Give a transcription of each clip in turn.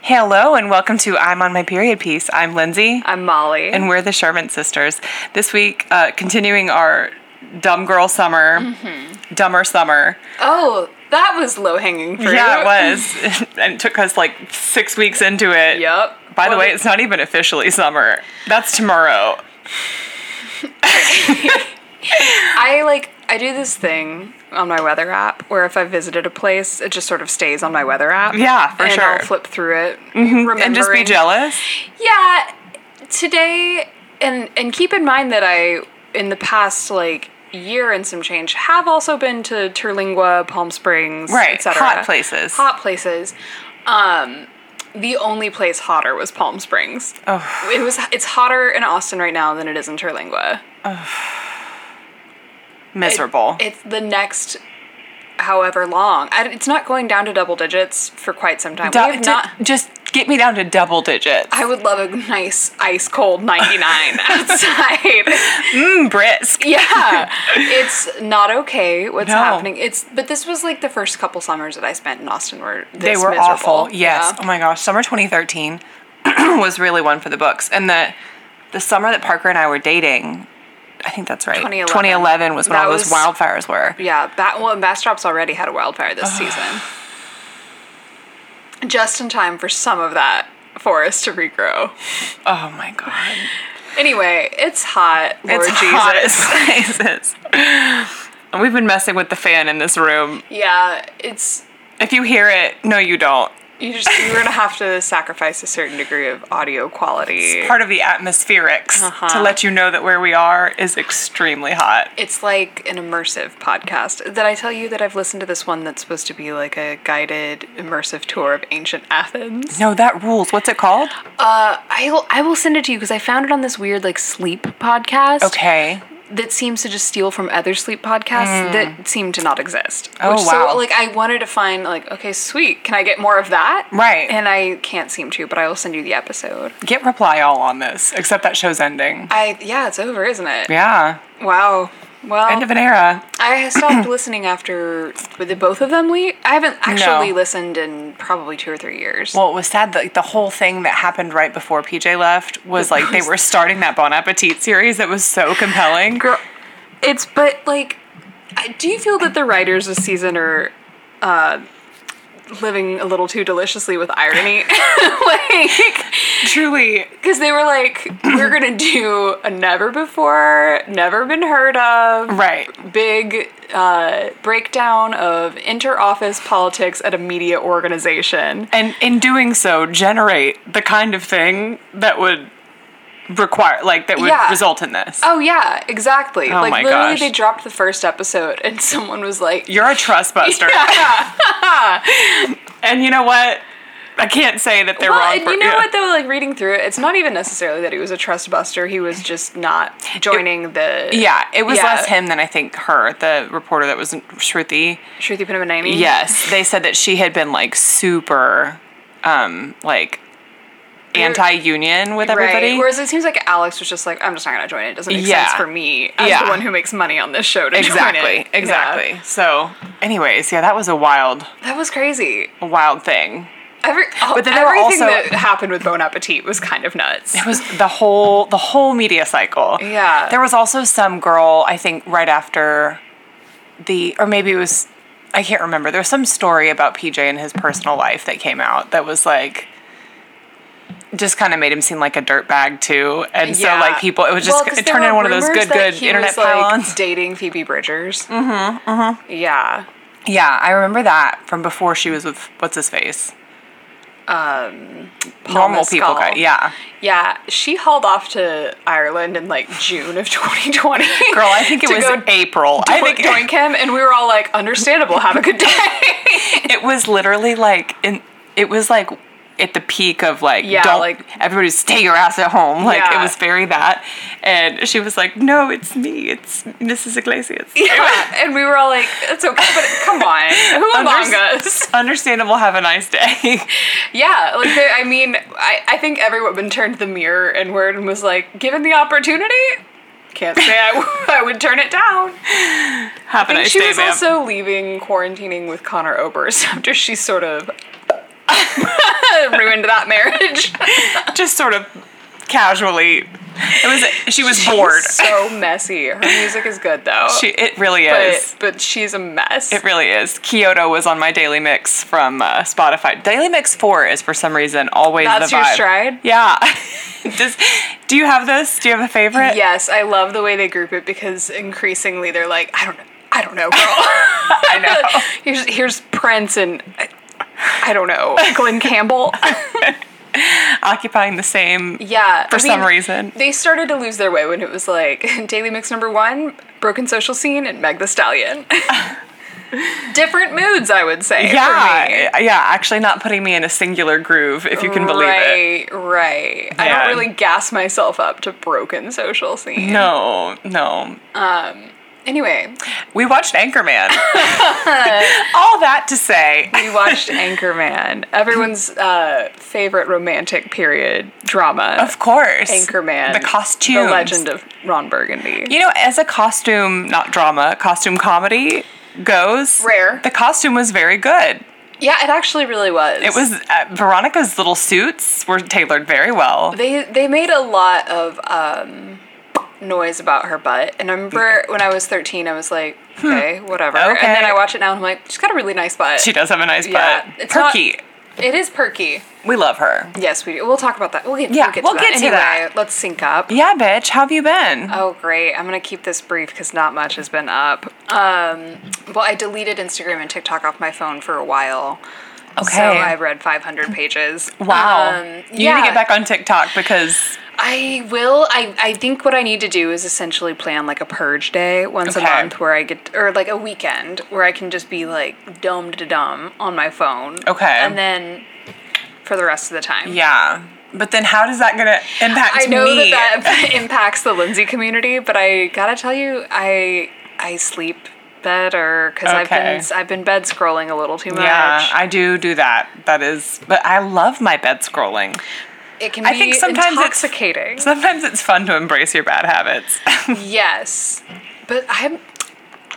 Hello and welcome to I'm on my period piece. I'm Lindsay I'm Molly. and we're the Sherman sisters. This week, uh, continuing our dumb girl summer, Mm-hmm. dumber summer. oh, that was low hanging fruit. Yeah, it was. and it took us like six weeks into it. Yep. By the Well, way, it's not even officially summer. That's tomorrow. I like I do this thing on my weather app where if I visited a place, it just sort of stays on my weather app. Yeah, for and sure. Mm-hmm. I'll flip through it, And just be remembering- jealous. Yeah, today, and and keep in mind that I in the past like year and some change have also been to Terlingua, Palm Springs, Right, etc. hot places. Hot places. Um, the only place hotter was Palm Springs. Oh. It was. It's hotter in Austin right now than it is in Terlingua. Miserable. It's the next, however long. I, it's not going down to double digits for quite some time. Du- we have d- not. just get me down to double digits. I would love a nice ice cold 99 outside. Mm, brisk. Yeah, it's not okay what's No. happening. It's but this was like the first couple summers that I spent in Austin were they this were miserable. awful. Yes. Yeah. Oh my gosh, summer 2013 was really one for the books. And the the summer that Parker and I were dating, I think that's right. 2011. 2011 was when That all those was- wildfires were. Yeah, Bat well, and Bastrop already had a wildfire this season. Just in time for some of that forest to regrow. Oh my god. Anyway, it's hot. Lord it's Jesus. hot as places. And We've been messing with the fan in this room. Yeah, it's If you hear it, no you don't. you just you're gonna have to sacrifice a certain degree of audio quality. Part of the atmospherics to Uh-huh. let you know that where we are is extremely hot. It's like an immersive podcast. Did I tell you that I've listened to this one that's supposed to be like a guided immersive tour of ancient Athens? No, that rules. What's it called? Uh, I'll I will send it to you because I found it on this weird like sleep podcast Okay. that seems to just steal from other sleep podcasts that seem to not exist. Mm. Oh, wow. So like I wanted to find like okay sweet can I get more of that? Right. And I can't seem to, but I will send you the episode. Get reply all on this, except that show's ending. I yeah it's over isn't it? Yeah. Wow. Well, End of an era. I stopped listening after did both of them leave. I haven't actually No. listened in probably two or three years. Well, it was sad that like, the whole thing that happened right before PJ left was like they were starting that Bon Appetit series that was so compelling. Girl, it's but like, I- do you feel that the writers this season are uh, living a little too deliciously with irony? like, Truly, because they were like, we're gonna do a never before, never been heard of, right? big uh, breakdown of inter-office politics at a media organization. And in doing so, generate the kind of thing that would require, like, that would Yeah. result in this. Oh yeah, exactly. like Oh my literally gosh. they dropped the first episode and someone was like You're a trust buster, Yeah. and you know what? I can't say that they're Well, wrong. and for- you know yeah. what though, like reading through it, it's not even necessarily that he was a trust buster, he was just not joining the Yeah, it was Yeah. less him than I think her, the reporter that was in Shruti. Shruti Pinamanani. Yes, they said that she had been like super, um, like anti-union with everybody. Right. Whereas it seems like Alex was just like, I'm just not gonna join it. It doesn't make Yeah. sense for me as Yeah. the one who makes money on this show to join exactly, it. Yeah. exactly. So, anyways, yeah, that was a wild, That was crazy. a wild thing. Every, then but then there were everything also- that happened with Bon Appetit was kind of nuts. It was the whole, the whole media cycle. Yeah. There was also some girl, I think, right after the, or maybe it was, I can't remember. There was some story about PJ and his personal life that came out that was like. Just kind of made him seem like a dirtbag too, and so Yeah. like people, it was just Well, 'cause it there turned into were one of those rumors good, that good he internet was, like, pylons. dating Phoebe Bridgers. Mm-hmm. Mm-hmm. Yeah. Yeah, I remember that from before she was with what's his face. Um, Paul normal people guy. Mescal. Yeah, Yeah. She hauled off to Ireland in like June of 2020. girl. I think it to was go April. I think doink him, and we were all like, understandable. Have a good day. it was literally like in. It was like at the peak of like Yeah, don't like- everybody stay your ass at home. Like Yeah. it was very that, and she was like, "No, it's me. It's Mrs. Iglesias." yeah. And we were all like, it's okay, but come on. Who among Unders- us? Understandable. Have a nice day. Yeah, like there, I mean, I, I think everyone turned the mirror inward and was like, given the opportunity, can't say I, w- I would turn it down. Have a And nice she day, was ma'am. also leaving quarantining with Connor Oberst after she sort of ruined that marriage. just sort of casually. It was she was bored. so messy. Her music is good though. She, it really is. but, but she's a mess. It really is. Kyoto was on my daily mix from uh, Spotify. Daily mix four is for some reason always That's the your vibe. stride? Yeah. Does, do you have this? Do you have a favorite? yes, I love the way they group it because increasingly they're like, I don't know, I don't know, girl. I know. here's here's Prince and I, I don't know Glenn Campbell. Occupying the same. Yeah. For some reason. They started to lose their way when it was like Daily Mix number one, Broken Social Scene, and Meg the Stallion. Different moods, I would say. For me. Yeah, yeah. Actually, not putting me in a singular groove, if you can believe it. right, Right, I Man. don't really gas myself up to Broken Social Scene. No, no. Anyway, We watched Anchorman. All that to say, we watched Anchorman, everyone's uh, favorite romantic period drama. of course, Anchorman. the costume, The Legend of Ron Burgundy. You know, as a costume, not drama, costume comedy goes, Rare. The costume was very good. Yeah, it actually really was. It was uh, Veronica's little suits were tailored very well. They they made a lot of um, noise about her butt, and I remember when I was thirteen, I was like, okay, whatever. Hmm. Okay. And then I watch it now, and I'm like, she's got a really nice butt. She does have a nice Yeah, butt. it's not- Perky. it is perky. we love her. Yes, we do. We'll talk about that. We'll get Yeah, we'll get to, we'll that. get to anyway, that. Let's sync up. Yeah, bitch. How have you been? Oh great! I'm gonna keep this brief because not much has been up. Um, well, I deleted Instagram and TikTok off my phone for a while. So Okay. I read 500 pages. wow. Um, you need to get back on TikTok because I will. I, I think what I need to do is essentially plan like a purge day once Okay. a month where I get, or like a weekend where I can just be like dumb to dumb on my phone. Okay. And then for the rest of the time. yeah. But then how does that gonna impact I know me? that that impacts the Lindsay community, but I gotta tell you, I I sleep better because Okay. I've been I've been bed scrolling a little too much. yeah, I do do that. That is, but I love my bed scrolling. it can be I think sometimes it's- intoxicating. Sometimes it's fun to embrace your bad habits. Yes, but I'm.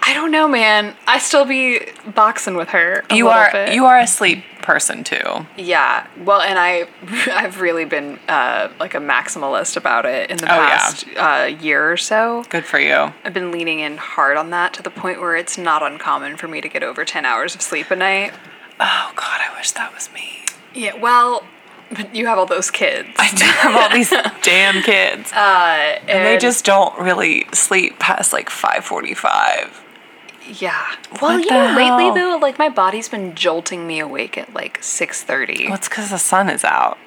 I don't know, man. I still be boxing with her. A you little are Bit. you are a sleep person too. Yeah. Well, and I, I've really been uh, like a maximalist about it in the Oh, yeah. past uh, year or so. Good for you. I've been leaning in hard on that to the point where it's not uncommon for me to get over ten hours of sleep a night. Oh God, I wish that was me. Yeah. Well, but you have all those kids. I do have all these damn kids, and, and they just don't really sleep past like five forty-five. yeah. Well, What you the know, hell? lately though, like my body's been jolting me awake at like six thirty. Well, it's because the sun is out.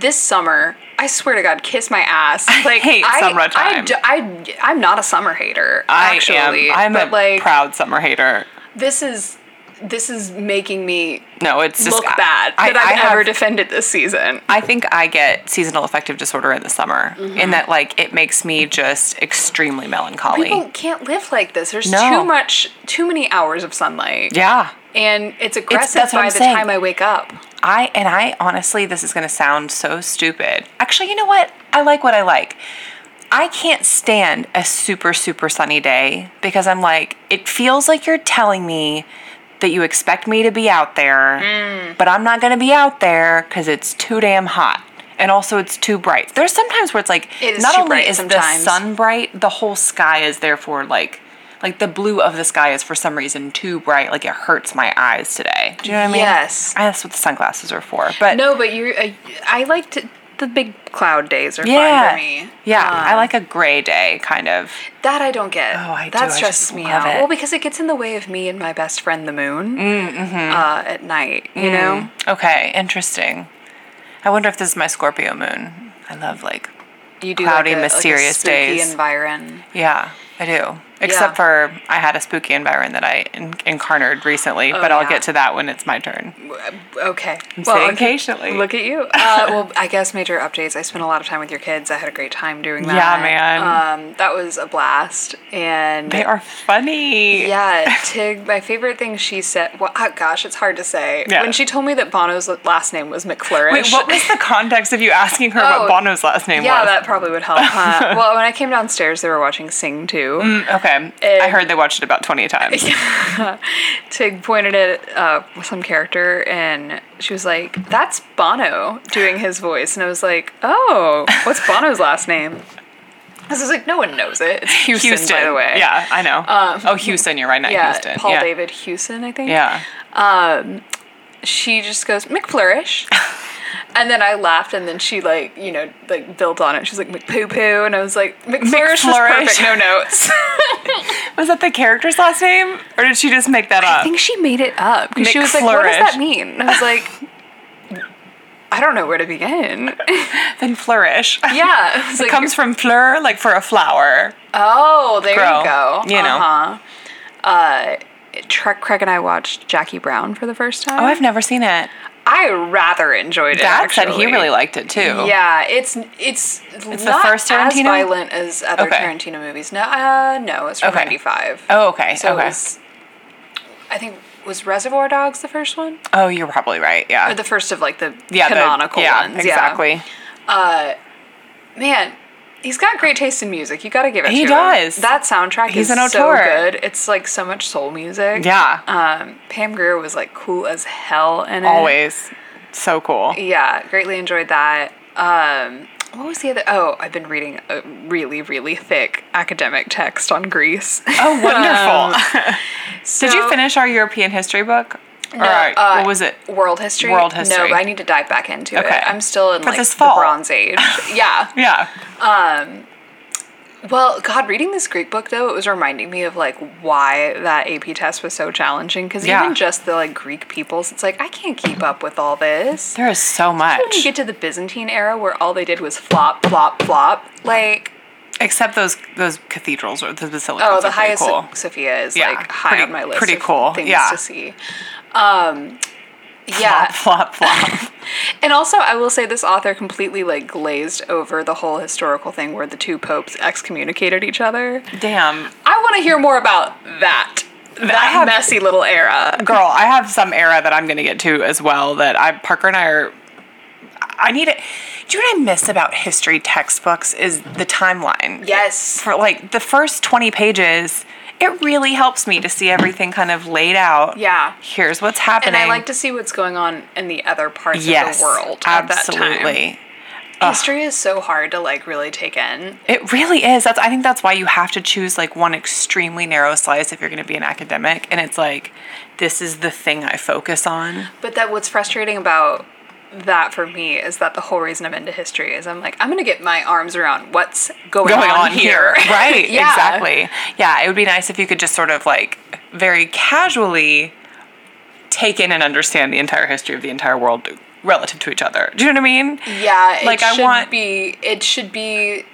this summer, I swear to God, kiss my ass. Like hate I, summer time. I, am not a summer hater. I actually, am. I'm but a like proud summer hater. this is this is making me No, it's just look bad that I've have- ever defended this season. I think I get seasonal affective disorder in the summer, Mm-hmm. in that like it makes me just extremely melancholy. People can't live like this. There's No. too much, too many hours of sunlight, yeah, and it's aggressive that's what by I'm the saying. time I wake up. I and I honestly, this is going to sound so stupid. Actually, you know what? I like what I like. I can't stand a super super sunny day because I'm like, it feels like you're telling me that you expect me to be out there, Mm. but I'm not going to be out there because it's too damn hot. And also, it's too bright. There's sometimes where it's like, It is not too only bright is sometimes. the sun bright, the whole sky is therefore like, like the blue of the sky is for some reason too bright. Like it hurts my eyes today. Do you know what I mean? Yes. I- that's what the sunglasses are for. But No, but you, I, I liked the big cloud days are yeah, fine for me. yeah, Um, I like a gray day kind of. That I don't get. Oh, I do. That I stresses just me love out. it. Mm, Well, because it gets in the way of me and my best friend, the moon, mm-hmm. uh, at night. You know, Okay, interesting. I wonder if this is my Scorpio moon. I love like, you do Mm. Cloudy, like a, mysterious like a spooky days. Environ. yeah, I do. Except Yeah. for I had a spooky environment that I in- incarnated recently, but I'll Oh, yeah. get to that when it's my turn. Okay. saying okay. patiently. Look at you. Uh, well, I guess major updates. I spent a lot of time with your kids. I had a great time doing that. Yeah, man. Um, that was a blast. And They are funny. Yeah, Tig, my favorite thing she said, well, oh gosh, it's hard to say. Yeah. When she told me that Bono's last name was McFlourish. Wait, what was the context of you asking her Oh, what Bono's last name Yeah, was? that probably would help. Huh? well, when I came downstairs, they were watching Sing too. okay. Mm, Okay. I heard they watched it about 20 times. Tig pointed at uh, some character and she was like, That's Bono doing his voice. And I was like, Oh, what's Bono's last name? I was like, No one knows it. It's Houston, by the way. Um, Yeah, I know. oh, Houston, you're right. Not Yeah, Houston. Paul yeah. David Houston, I think. Yeah. She just goes, McFlourish. and then I laughed and then she, like, you know, like built on it. She was like, McPoo Poo. And I was like, McFlourish, McFlourish. was perfect. No notes. Was that the character's last name? Or did she just make that I up? think she made it up. 'cause She was like, What does McFlourish. that mean? And I was like, I don't know where to begin. then flourish. Yeah, it's like, Comes from fleur, like for a flower. oh, there grow, you go. you know. Uh-huh. Uh, Trek Craig and I watched Jackie Brown for the first time. Oh, I've never seen it. I rather enjoyed it. Dad said actually. he really liked it too. Yeah, it's it's the not first as Tarantino? violent as other Okay. Tarantino movies. No, uh, no, it's from Okay. '95. Oh, okay. so it okay. was, I think was Reservoir Dogs the first one Oh, you're probably right. Yeah. or the first of like the Uh, yeah, the- canonical yeah, ones. Exactly. Yeah, man. He's got great taste in music. You got to give it He to him. does. That soundtrack He's is an so auteur. good. It's like so much soul music. Yeah. Um, Pam Grier was like cool as hell in it. Always. So cool. Yeah, greatly enjoyed that. Um, what was the other? Oh, I've been reading a really, really thick academic text on Greece. Oh, wonderful. So, Did you finish our European history book? No, uh, what was it? World history. World No, history. but I need to dive back into Okay. it. I'm still in For like this the fall. Bronze Age. yeah. Yeah. Well, God, reading this Greek book though, it was reminding me of like why that AP test was so challenging. Because Yeah. even just the like Greek peoples, it's like I can't keep up with all this. There is so When you much. get to the Byzantine era, where all they did was flop, flop, flop, like Except those those cathedrals or the basilicas. oh, the are pretty highest cool. Sophia is Yeah, like high pretty- on my list. pretty of cool, things yeah. to see. Um, yeah, Flop, flop, flop. and also I will say this author completely like glazed over the whole historical thing where the two popes excommunicated each other. Damn. I want to hear more about that. That have- messy little era. girl, I have some era that I'm going to get to as well that I Parker and I are I need it. Do you know what I miss about history textbooks is the timeline. Yes. For like the first 20 pages, it really helps me to see everything kind of laid out. Yeah. Here's what's happening. And I like to see what's going on in the other parts yes, of the world at that time. absolutely. History is so hard to like really take in. It really is. That's I think that's why you have to choose like one extremely narrow slice if you're going to be an academic and it's like this is the thing I focus on. But that what's frustrating about that for me is that the whole reason I'm into history is I'm like, I'm gonna get my arms around what's going, going on, here. Right, Yeah. exactly. Yeah, it would be nice if you could just sort of like very casually take in and understand the entire history of the entire world relative to each other. Do you know what I mean? Yeah, it Like, I should want- be it should be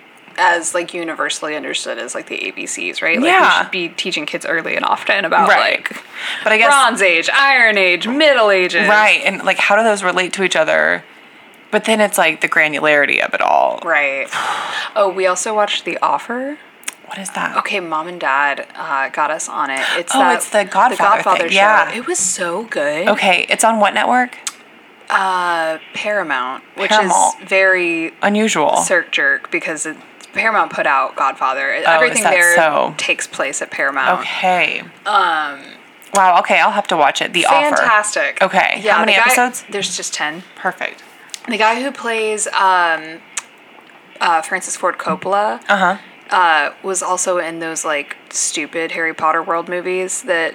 as like universally understood as like the ABCs, right? Like Yeah. we should be teaching kids early and often about Right. like But I guess Bronze Age, Iron Age, Middle Ages. right, and like how do those relate to each other? But then it's like the granularity of it all. Right. Oh, we also watched The Offer. What is that? Okay, mom and dad uh, got us on it. It's Oh, that, it's the Godfather thing. Yeah. It was so good. Okay, it's on what network? Uh, Paramount, which Paramount. Oh. is very Unusual. circ jerk because it, Paramount put out Godfather. Everything Oh, that there so? takes place at Paramount. Okay. Um. Wow. Okay, I'll have to watch it. The offer. Fantastic. Okay, how Yeah, many the guy- episodes? There's just ten. Perfect. The guy who plays um, uh, Francis Ford Coppola Uh huh. uh, was also in those like stupid Harry Potter world movies that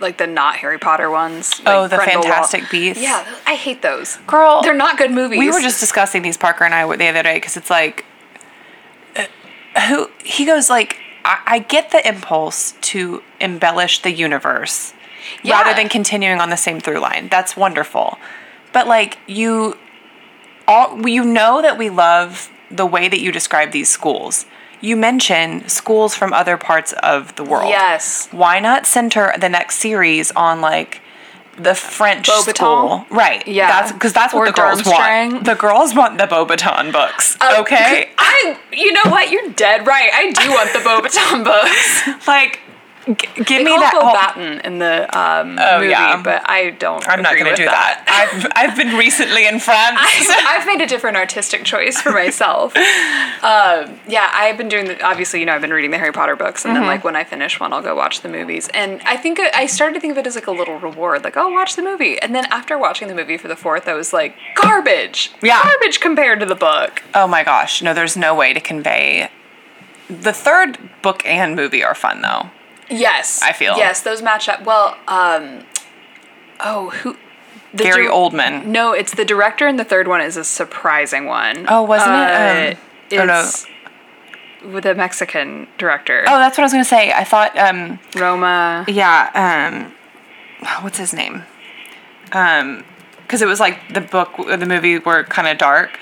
like the not Harry Potter ones. Like Oh, the Grindelwald. Fantastic Beasts. Yeah, th- I hate those. Girl, they're not good movies. We were just discussing these Parker and I the other day because it's like, uh, who he goes like, I, I get the impulse to embellish the universe rather Yeah. than continuing on the same through line. That's wonderful, but like you, all you know that we love the way that you describe these schools. You mention schools from other parts of the world. Yes. Why not center the next series on like the French Beauxbatons? school? Right. Yeah. That's because that's what Or the girls Durmstrang. want. The girls want the Bobaton books. Uh, Okay. I, you know what? You're dead right. I do want the Bobaton books. like G- give They me call that. Bill whole- Oh, Batten in the um, movie, yeah. but I don't. I'm not agree going to with do that. I've I've been recently in France. I've made a different artistic choice for myself. um, yeah, I've been doing the, obviously, you know, I've been reading the Harry Potter books, Mm-hmm. and then like when I finish one, I'll go watch the movies. And I think I started to think of it as like a little reward, like oh, watch the movie. And then after watching the movie for the fourth, I was like, garbage, Yeah. garbage compared to the book. oh my gosh, no, there's no way to convey. The third book and movie are fun though. Yes, I feel. yes, those match up well. Um, oh, who? The Gary dir- Oldman. No, it's the director, and the third one is a surprising one. Oh, wasn't it? Um, Uh, oh, no. it's with a Mexican director, Oh, that's what I was going to say. I thought, um, Roma. yeah, um, what's his name? Um, because it was like the book, the movie were kind of dark.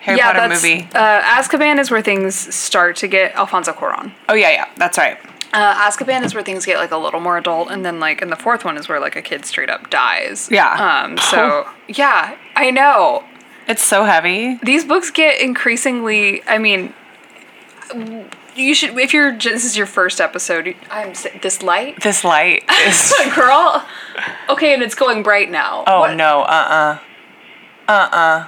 Harry yeah, Potter that's movie. uh, Azkaban is where things start to get Alfonso Cuarón. Oh yeah, yeah, that's right. Uh, Azkaban is where things get like a little more adult, and then like in the fourth one is where like a kid straight up dies. Yeah. Um. So yeah, I know. It's so heavy. these books get increasingly i mean you should if you're this is your first episode you- i'm s- this light This light is. girl okay and it's going bright now Oh What- no, uh uh. Uh uh.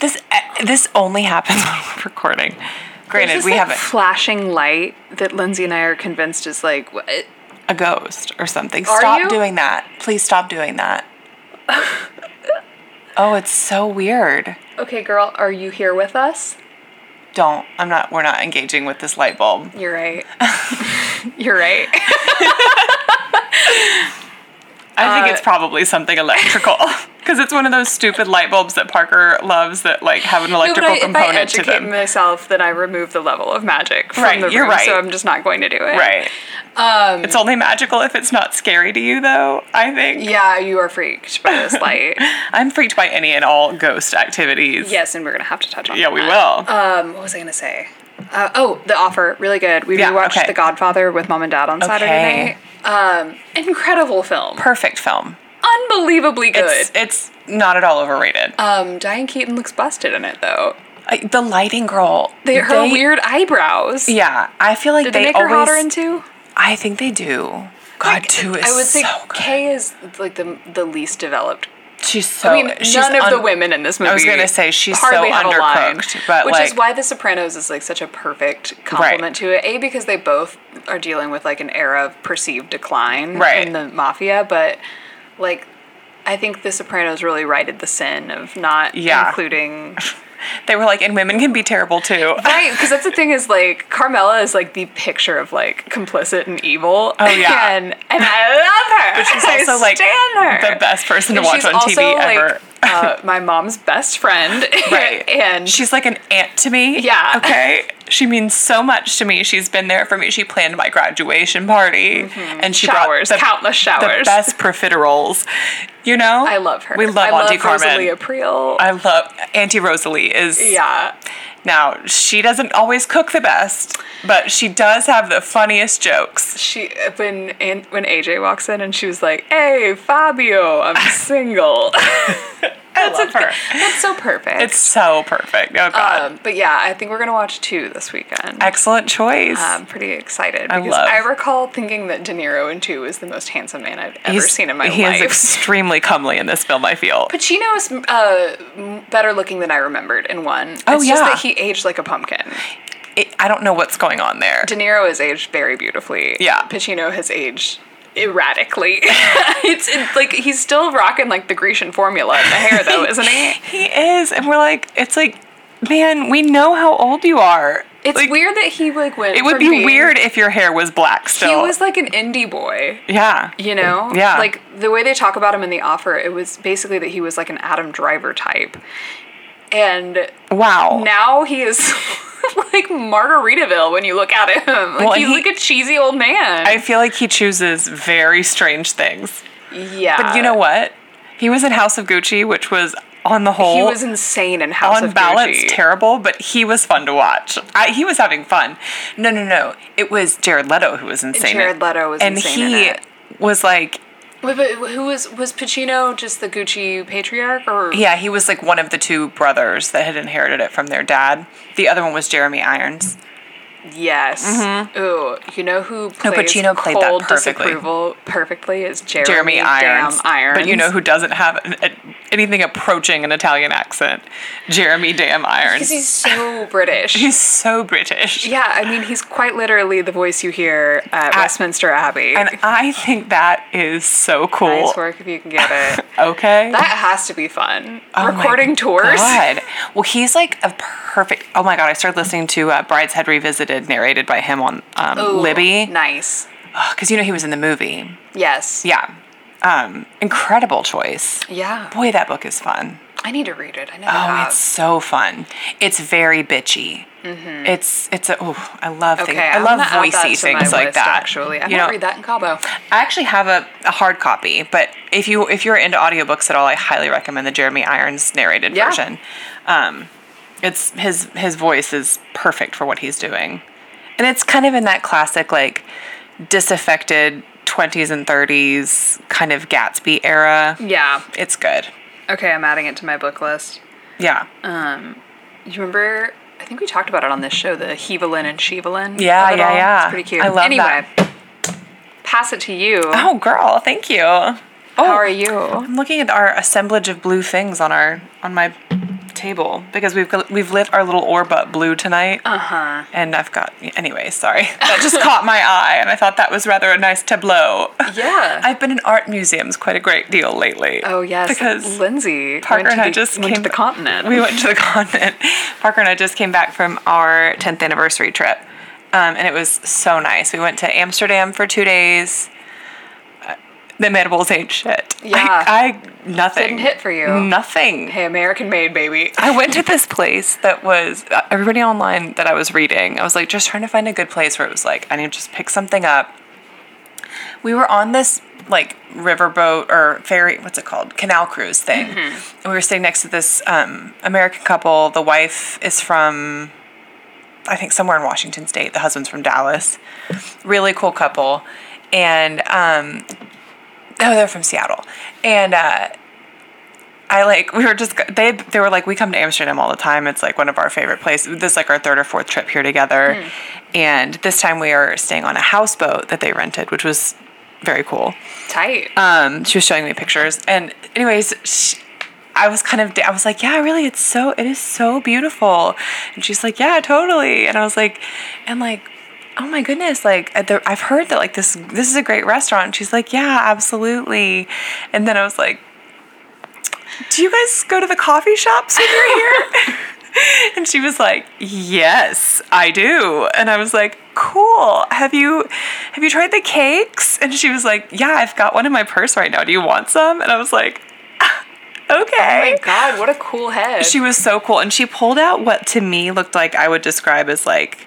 This uh, this only happens when we're recording. There's Granted, this, we like, have a, flashing light that lindsay and i are convinced is like wha- it- a ghost or something. Are stop you? doing that. Please stop doing that. oh, it's so weird. okay girl are you here with us Don't. I'm not we're not engaging with this light bulb. you're right you're right I think Uh, it's probably something electrical cuz it's one of those stupid light bulbs that Parker loves that like have an No, but electrical I- if i component to educate them. myself then i remove the level of magic from Right, the room you're right. so i'm just not going to do it Right. Um, it's only magical if it's not scary to you though, I think. yeah you are freaked by this light I'm freaked by any and all ghost activities. Yes, and we're gonna have to touch on. Yeah, we that. will. Um, what was I gonna say? Uh, oh, The Offer, really good. We Yeah, rewatched okay. The Godfather with mom and dad on Saturday night. Um, incredible film, Perfect film. unbelievably good. It's, it's not at all overrated. Um, Diane Keaton looks busted in it though. I- the lighting girl. They, her weird eyebrows. Yeah, I feel like Did they, they, make her always. hotter in two? I think they do. God, two is I would so say good. Kay is like the the least developed. She's so. I mean, she's none of the un- women in this movie. was gonna say, she's hardly so have a line, undercooked, but, which is like- why The Sopranos is like such a perfect complement Right. to it. A because they both are dealing with like an era of perceived decline Right. in the mafia, but like I think The Sopranos really righted the sin of not Yeah. including. They were like, and women can be terrible too. Right, because that's the thing is like Carmela is like the picture of like complicit and evil. Oh yeah. and, and I love her. But She's also like the best person to and watch she's on also, TV like, ever. uh, my mom's best friend. Right. and She's like an aunt to me. Yeah. Okay. She means so much to me. She's been there for me. She planned my graduation party, and she brought Mm-hmm. showers, the- countless the showers. best profiteroles. You know, I love her. We love I Auntie Carmen. Rosalie April. I love Auntie Rosalie. Is yeah. now she doesn't always cook the best, but she does have the funniest jokes. She when and when AJ walks in and she was like, "Hey, Fabio, I'm single." That's love her. That's so perfect. It's so perfect. Oh God, um, but yeah, I think we're gonna watch two this weekend. excellent choice. I'm pretty excited because I I, love- recall thinking that De Niro in Two is the most handsome man I've ever seen in my he life. is extremely comely in this film. I feel. Pacino is uh, m- better looking than I remembered in one. It's Oh, just yeah. that he aged like a pumpkin. It, I don't know what's going on there. De Niro has aged very beautifully. Yeah. Pacino has aged erratically. it's, it's like he's still rocking like the Grecian formula in the hair though, isn't he? He is, and we're like, it's like, man, we know how old you are. It's Like, weird that he like went. It would from be being- weird if your hair was black He still. was like an indie boy. yeah. You know? Yeah. Like the way they talk about him in the offer, it was basically that he was like an Adam Driver type. And Wow. now he is like Margaritaville when you look at him. Like Well, and he's he- like a cheesy old man. I feel like he chooses very strange things. yeah. But you know what? He was in House of Gucci, which was on the whole He was insane in House on of balance Gucci. terrible, but he was fun to watch. I, he was having fun. No, no, no. It was Jared Leto who was insane. in- Jared Leto was and insane in he it. was like Wait, but who was was Pacino just the Gucci patriarch or Yeah, he was like one of the two brothers that had inherited it from their dad. The other one was Jeremy Irons. Yes. Ooh, you know who plays Mm-hmm. Pacino played that cold perfectly. disapproval perfectly is Jeremy, Jeremy Irons. Damn Irons. But you know who doesn't have an, a, anything approaching an Italian accent? Jeremy Damn Irons. Because he's so British. He's so British. yeah, I mean he's quite literally the voice you hear at, Westminster Abbey. And I think that is so cool. nice work if you can get it. Okay. that has to be fun. Oh my Recording tours. God. Well, he's like a perfect. Oh my god! I started listening to uh, *Brideshead Revisited*, narrated by him on um, Ooh, Libby, Nice. because you know he was in the movie. Yes. Yeah, um, incredible choice. Yeah. Boy, that book is fun. I need to read it. I never Oh, have. it's so fun. It's very bitchy. It's it's a. Oh, I love things. I Mm-hmm. I'm love gonna add voicey that to my things like list, that. Actually, I You might know- read that in Cabo. I actually have a, a hard copy, but if you if you're into audiobooks at all, I highly recommend the Jeremy Irons narrated Yeah. version. Um, it's his his voice is perfect for what he's doing, and it's kind of in that classic like disaffected twenties and thirties kind of Gatsby era. Yeah. It's good. Okay, I'm adding it to my book list. Yeah, You remember? I think we talked about it on this show, the Hevelin and Shevelin. Yeah, of it yeah, all. yeah. It's pretty cute. I love anyway, that. pass it to you. Oh, girl, thank you. Oh, How are you? I'm looking at our assemblage of blue things on our on my table because we've got- we've lit our little orb up blue tonight. Uh Uh-huh. huh. And I've got anyway. Sorry, that just caught my eye, and I thought that was rather a nice tableau. Yeah. I've been in art museums quite a great deal lately. oh yes, because Lindsay Parker went to and the, I just went came to the continent. We went to the continent. Parker and I just came back from our 10th anniversary trip, um, and it was so nice. We went to Amsterdam for two days. Uh, The edibles ain't shit. I- Yeah. I, nothing Didn't hit for you. Nothing. hey, American made baby. I went to this place that was uh, everybody online that I was reading. I was like just trying to find a good place where it was like I need to just pick something up. We were on this like riverboat or ferry, what's it called, canal cruise thing, and we were sitting next to this um, American couple. The wife is from, I think, somewhere in Washington State. The husband's from Dallas. Really cool couple, and um, oh, they're from Seattle, and. Uh, I like we were just they they were like we come to Amsterdam all the time. It's like one of our favorite places. This is like our third or fourth trip here together, and this time we are staying on a houseboat that they rented, which was very cool. Tight. Um, she was showing me pictures, and anyways, sh I was kind of I was like, yeah, really, it's so it is so beautiful, and she's like, yeah, totally, and I was like, and like. Oh my goodness! Like at the, I've heard that like this this is a great restaurant. And she's like, yeah, absolutely. And then I was like, do you guys go to the coffee shops when you're here? and she was like, yes, I do. And I was like, cool. Have you have you tried the cakes? And she was like, yeah, I've got one in my purse right now. Do you want some? And I was like, oh okay. my God, what a cool head. she was so cool and she pulled out what to me looked like I would describe as like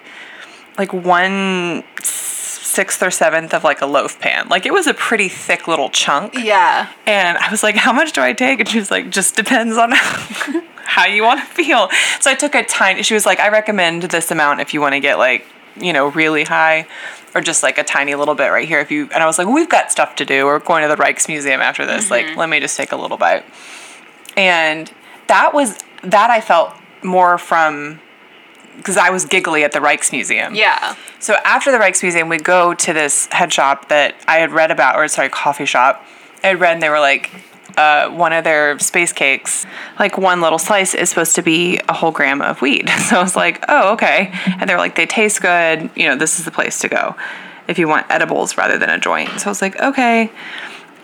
like one sixth or seventh of like a loaf pan. Like it was a pretty thick little chunk. yeah. And I was like, how much do I take? And she was like, just depends on how you want to feel. So I took a tiny, she was like, I recommend this amount if you want to get like, you know, really high or just like a tiny little bit right here. If you, and I was like, we've got stuff to do. We're going to the Rijksmuseum after this. Like, let me just take a little bite. And that was, that I felt more from, because I was giggly at the Rijksmuseum. Yeah. So after the Rijksmuseum, we go to this head shop that I had read about, or sorry, coffee shop. I had read, and they were like, uh, one of their space cakes, like one little slice is supposed to be a whole gram of weed. So I was like, oh, okay. And they were like, they taste good. You know, this is the place to go if you want edibles rather than a joint. So I was like, okay.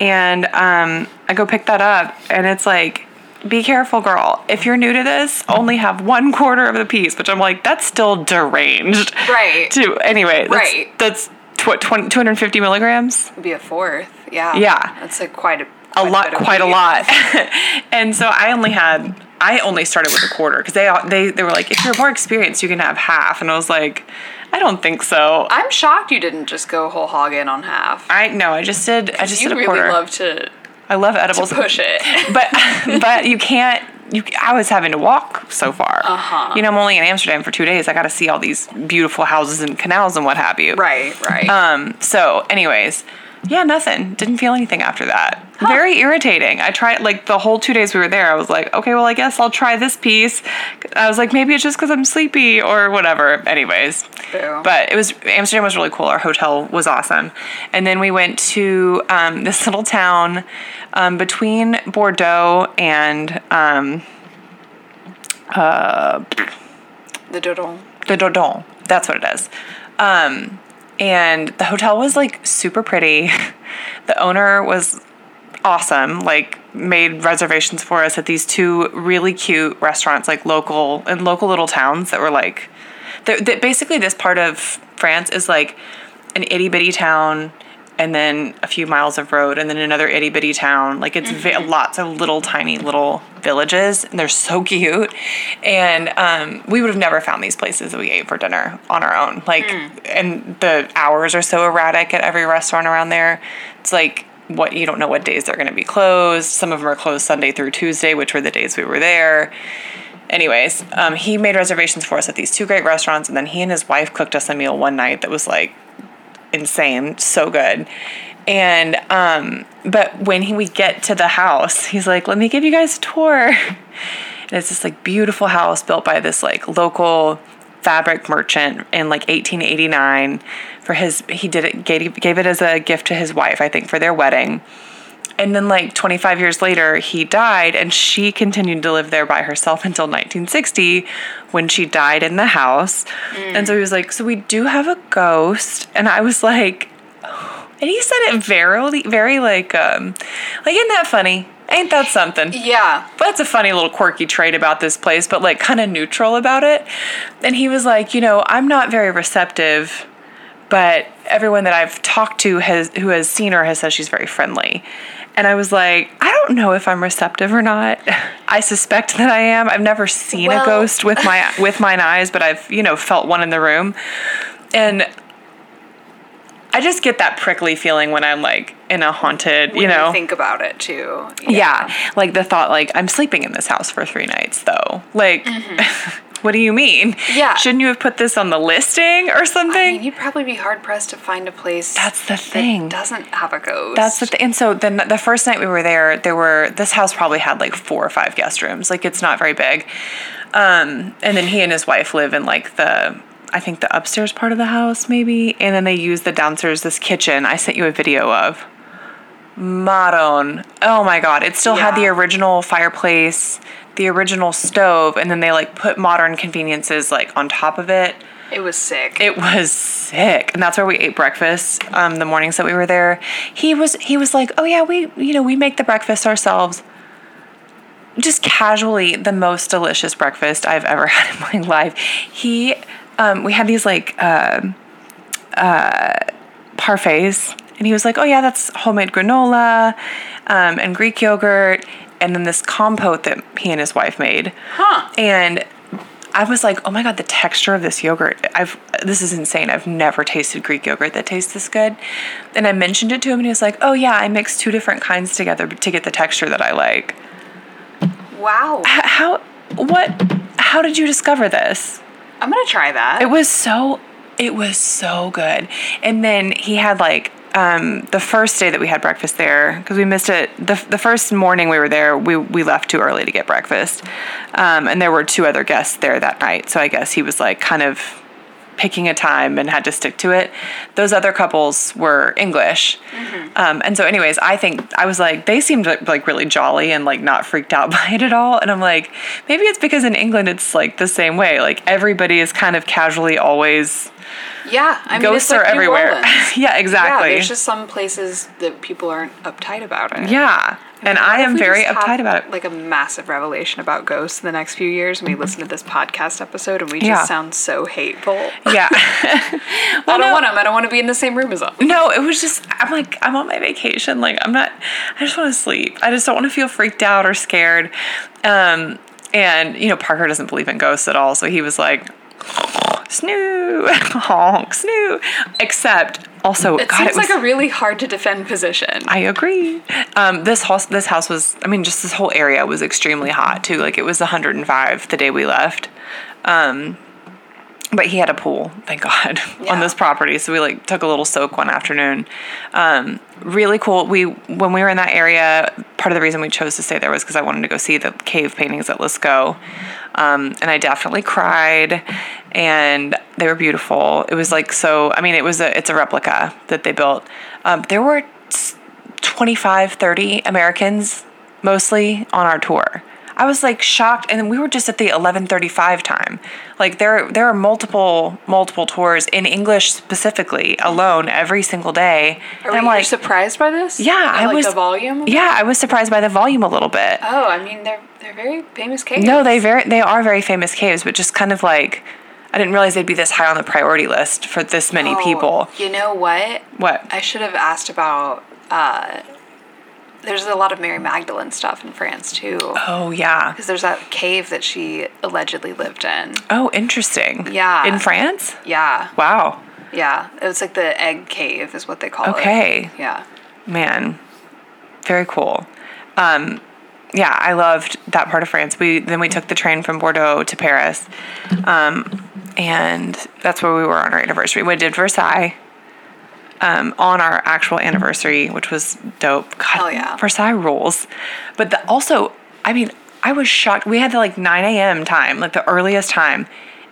And um, I go pick that up, and it's like, be careful, girl. If you're new to this, only have one quarter of the piece, which I'm like, that's still deranged Right. to anyway that's, Right. that's tw- 20, 250 milligrams Would be a fourth. Yeah. Yeah. That's like quite a a quite lot bit of quite a weed. lot and so i only had i only started with a quarter because they, all- they they were like if you're more experienced you can have half and i was like i don't think so i, I'm shocked you didn't just go whole hog in on half. no i just did i just you did a really quarter love to i love edibles push it. but but you can't you i was having to walk so far uh-huh. you know i'm only in amsterdam for two days i gotta see all these beautiful houses and canals and what have you Uh, right, right. Um, so, anyways, Yeah, nothing. Didn't feel anything after that. Very irritating. I tried, like, the whole two days we were there, I was like, okay, well, I guess I'll try this piece. I was like, maybe it's just because I'm sleepy or whatever. Anyways. Boo. But it was, Amsterdam was really cool. Our hotel was awesome. And then we went to um, this little town um, between Bordeaux and um, The doodle. the Dodon. That's what it is. Um, and the hotel was like super pretty. The owner was awesome. Like made reservations for us at these two really cute restaurants, like local in local little towns that were like, that that basically this part of France is like an itty bitty town. And then a few miles of road, and then another itty bitty town. Like it's ve- lots of little tiny little villages, and they're so cute. And um, we would have never found these places that we ate for dinner on our own. Like, and the hours are so erratic at every restaurant around there. It's like what you don't know what days they're going to be closed. Some of them are closed Sunday through Tuesday, which were the days we were there. Anyways, um, he made reservations for us at these two great restaurants, and then he and his wife cooked us a meal one night that was like insane, so good. And um, but when he, we get to the house, he's like, "Let me give you guys a tour." And it's this like beautiful house built by this like local fabric merchant in like 1889 for his he did it gave, gave it as a gift to his wife i think for their wedding and then like 25 years later he died and she continued to live there by herself until 1960 when she died in the house and so he was like so we do have a ghost and i was like and he said it very very like um like isn't that funny ain't that something Yeah. that's a funny little quirky trait about this place, but like kind of neutral about it. And he was like, you know, I'm not very receptive, but everyone that I've talked to has who has seen her has said she's very friendly. And I was like, I don't know if I'm receptive or not. I suspect that I am. I've never seen Well- a ghost with my with mine eyes, but I've, you know, felt one in the room. And I just get that prickly feeling when I'm like in a haunted, you When know. think about it too. Yeah. Like the thought, like, I'm sleeping in this house for three nights, though. Like, what do you mean? Mm-hmm. Yeah. Shouldn't you have put this on the listing or I something? mean, you'd probably be hard pressed to find a place That's the thing. that doesn't have a ghost. That's the thing. And so then the first night we were there, there were this house probably had like four or five guest rooms. Like it's not very big. Um, and then he and his wife live in like the I think the upstairs part of the house maybe, and then they use the downstairs this kitchen. I sent you a video of. Maron. Oh my god, it still had the Yeah. original fireplace, the original stove, and then they like put modern conveniences like on top of it. it was sick. It was sick, and that's where we ate breakfast. Um, the mornings that we were there, he was he was like, "Oh yeah, we you know we make the breakfast ourselves." Just casually, the most delicious breakfast I've ever had in my life. He, um, we had these like uh, uh, parfaits, and he was like, "Oh yeah, that's homemade granola, um, and Greek yogurt, and then this compote that he and his wife made." huh. and I was like, "Oh my god, the texture of this yogurt! I've this is insane. I've never tasted Greek yogurt that tastes this good." And I mentioned it to him, and he was like, "Oh yeah, I mixed two different kinds together to get the texture that I like." Wow. H- How? What? How did you discover this? I'm gonna try that. It was so it was so good. And then he had like um, the first day that we had breakfast there because we missed it the, the first morning we were there we, we left too early to get breakfast um, and there were two other guests there that night so i guess he was like kind of picking a time and had to stick to it those other couples were english Mm-hmm. um, and so anyways i think i was like they seemed like, like really jolly and like not freaked out by it at all and i'm like maybe it's because in england it's like the same way like everybody is kind of casually always yeah. I mean, ghosts it's like are New everywhere Orleans. yeah yeah. exactly There's just some places that people aren't uptight about it. Yeah. and i What if am we very just have, uptight about it Mm-hmm. Like a massive revelation about ghosts in the next few years, and we listen to this podcast episode, and we just Yeah. sound so hateful. yeah I don't no. want them. I don't want to be in the same room as them. No, it was just I'm like I'm on my vacation. Like I'm not. I just want to sleep. I just don't want to feel freaked out or scared. Um, and you know Parker doesn't believe in ghosts at all, so he was like, snoo, honk, snoo. Except also, It God, seems it was. like a really hard to defend position. I agree. Um, this house, this house was. I mean, just this whole area was extremely hot too. Like it was 105 the day we left. Um, but he had a pool, thank God, on Yeah. this property. So we like took a little soak one afternoon. Um, really cool. We when we were in that area, part of the reason we chose to stay there was because I wanted to go see the cave paintings at Lisco, um, and I definitely cried, and they were beautiful. It was like so. I mean, it was a it's a replica that they built. Um, there were s- 25, 30 Americans mostly on our tour. I was like shocked and we were just at the 11:35 time. Like there there are multiple multiple tours in English specifically alone every single day. And Are we, I'm you're like surprised by this? yeah, By, I like, was the volume. Yeah, I was surprised by the volume a little bit. Oh, I mean they're they're very famous caves. No, they very they are very famous caves, but just kind of like I didn't realize they'd be this high on the priority list for this many Oh, people. You know what? What? I should have asked about. Uh, there's a lot of Mary Magdalene stuff in France too, because Oh yeah. there's that cave that she allegedly lived in. Oh, interesting. Yeah. In France? Yeah, Wow. yeah. It was like the egg cave is what they call it. Okay. Yeah. man, very cool. Um, yeah, I loved that part of France. We then we took the train from Bordeaux to Paris, um, and that's where we were on our anniversary. We did Versailles um, on our actual anniversary, which was dope. God, Hell yeah. Versailles rules. But the, also, I mean, I was shocked. We had the like 9 a.m. time, like the earliest time.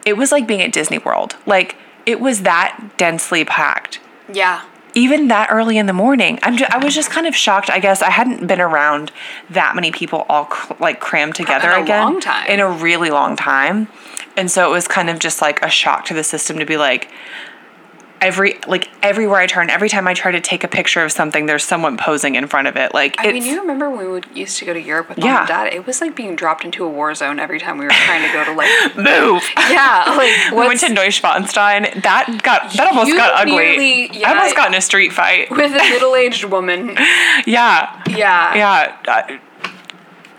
It was like being at Disney World. Like it was that densely packed Yeah. even that early in the morning i'm just, i was just kind of shocked i guess i hadn't been around that many people all cr- like crammed together In a again long time. in a really long time and so it was kind of just like a shock to the system to be like every like everywhere i turn every time i try to take a picture of something there's someone posing in front of it like I it's, mean, you remember when we would, used to go to Europe with mom Yeah. and dad? It was like being dropped into a war zone every time we were trying to go to like. move yeah, like we went what's, to Neuschwanstein. That got that almost You got ugly. nearly- yeah. I almost got in a street fight. with a middle-aged woman. Yeah. Yeah. yeah I,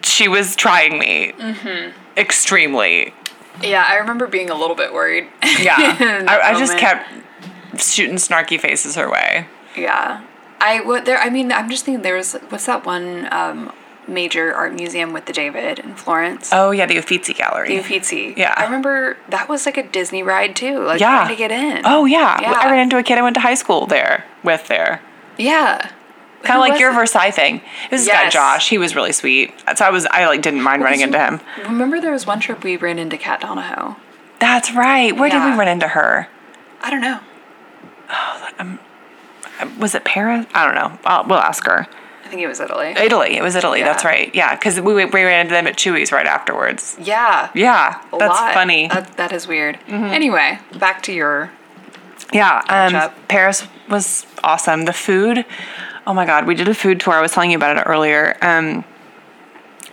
she was trying me extremely Yeah, I remember being a little bit worried. yeah In that I, I just moment. kept shooting snarky faces her way Yeah, I what there. I mean, I'm just thinking there was what's that one um, major art museum with the David in Florence. oh yeah the uffizi gallery The Uffizi. Yeah. I remember that was like a Disney ride too. Like yeah trying to get in. oh yeah. Yeah. i ran into a kid i went to high school there with there yeah. kind Who of like was your it? versailles thing it was this guy Yes. josh he was really sweet so i was i like didn't mind running into him Remember there was one trip we ran into Kat Donahoe. that's right where did Yeah. we run into her I don't know. was it paris i don't know I'll, we'll ask her I think it was Italy. italy it was italy that's Yeah. right yeah because we, we ran into them at chewy's right afterwards yeah. Yeah, A that's lot. funny. Mm-hmm. That, that is weird. Anyway, back to your yeah, um, up. Paris was awesome. The food, oh my god, we did a food tour. I was telling you about it earlier. Um,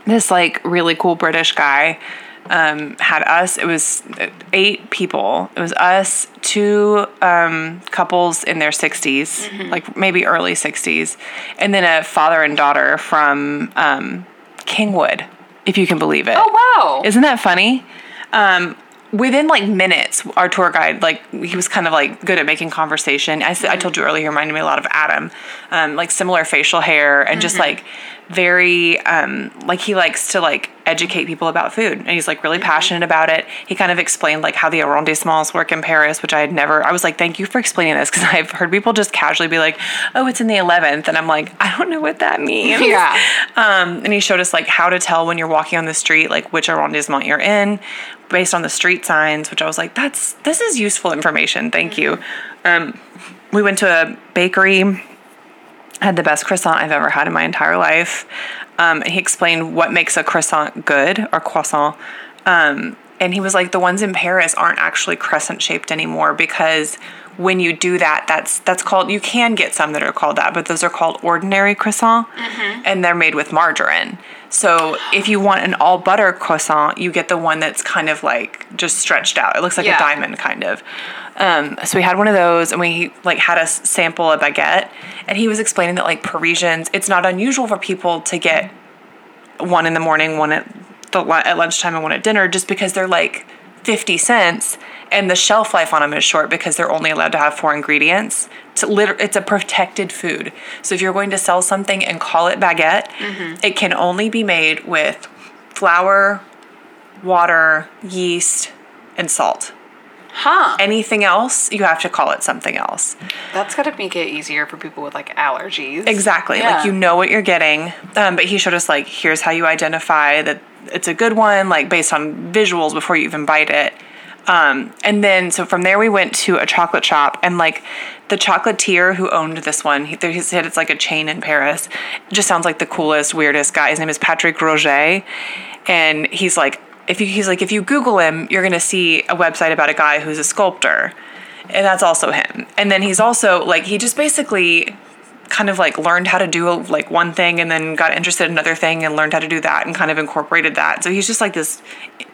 this like really cool British guy um, had us. It was uh, eight people. It was us, two um, couples in their 60s like maybe early sixties, and then a father and daughter from um, Kingwood, if you can believe it. Oh wow. Isn't that funny? Um, within like minutes, our tour guide like he was kind of like good at making conversation. I Mm-hmm. said I told you earlier, he reminded me a lot of Adam, um, like similar facial hair and just Mm-hmm. like very um, like he likes to like educate people about food and he's like really Mm-hmm. passionate about it. He kind of explained like how the arrondissements work in Paris, which I had never. I was like, thank you for explaining this because I've heard people just casually be like, oh, it's in the eleventh, and I'm like, I don't know what that means. Yeah. Um, and he showed us like how to tell when you're walking on the street, like which arrondissement you're in, based on the street signs. Which I was like, that's this is useful information. Thank you. Um, we went to a bakery, had the best croissant I've ever had in my entire life. Um, and he explained what makes a croissant good or croissant. Um, and he was like, the ones in Paris aren't actually crescent shaped anymore because when you do that, that's that's called. You can get some that are called that, but those are called ordinary croissant, and they're made with margarine. So if you want an all butter croissant, you get the one that's kind of like just stretched out. It looks like Yeah. a diamond, kind of. Um, so we had one of those, and we like had us sample a baguette, and he was explaining that like Parisians, it's not unusual for people to get one in the morning, one at the lu- at lunchtime, and one at dinner, just because they're like fifty cents, and the shelf life on them is short because they're only allowed to have four ingredients. To liter- it's a protected food. So if you're going to sell something and call it baguette, it can only be made with flour, water, yeast, and salt. Huh. Anything else, you have to call it something else. That's gotta make it easier for people with like allergies. Exactly. Yeah. Like you know what you're getting. Um, but he showed us like here's how you identify that it's a good one, like based on visuals before you even bite it. Um, and then so from there we went to a chocolate shop and like the chocolatier who owned this one, he, he said it's like a chain in Paris. Just sounds like the coolest, weirdest guy. His name is Patrick Roger, and he's like if you he's like if you Google him, you're gonna see a website about a guy who's a sculptor. And that's also him. And then he's also like he just basically kind of like learned how to do like one thing and then got interested in another thing and learned how to do that and kind of incorporated that. So he's just like this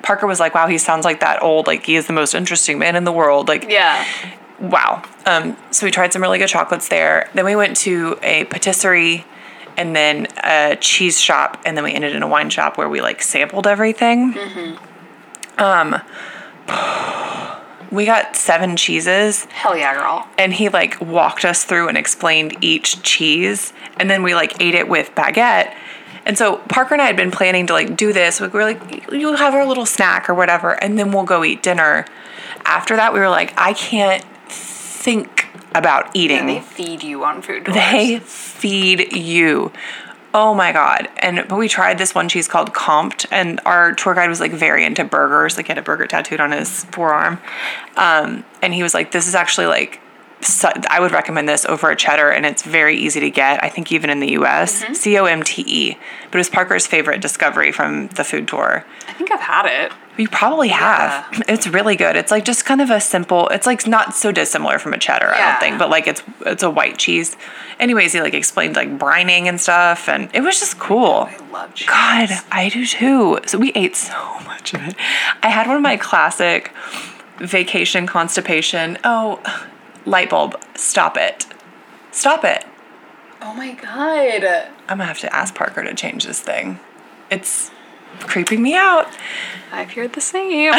Parker was like, "Wow, he sounds like that old. Like he is the most interesting man in the world." Like Yeah. wow. Um, so we tried some really good chocolates there. Then we went to a patisserie and then a cheese shop and then we ended in a wine shop where we like sampled everything. Um we got seven cheeses Hell yeah, girl. and he like walked us through and explained each cheese and then we like ate it with baguette and so parker and i had been planning to like do this like we were like you'll have our little snack or whatever and then we'll go eat dinner after that we were like i can't think about eating They feed you on food. Doors. they feed you. Oh my god! And but we tried this one cheese called Compte, and our tour guide was like very into burgers. Like he had a burger tattooed on his forearm, um, and he was like, "This is actually like." su I would recommend this over a cheddar, and it's very easy to get. I think even in the U.S., C O M T E. But it was Parker's favorite discovery from the food tour. I think I've had it. You probably have. It's really good. It's like just kind of a simple. It's like not so dissimilar from a cheddar, I Yeah. don't think, but like it's it's a white cheese. Anyways, he like explained like brining and stuff, and it was just cool. I love cheese. God, I do too. So we ate so much of it. I had one of my classic vacation constipation. Oh, light bulb, stop it, stop it. Oh my god. I'm gonna have to ask Parker to change this thing. It's creeping me out. I've heard the same.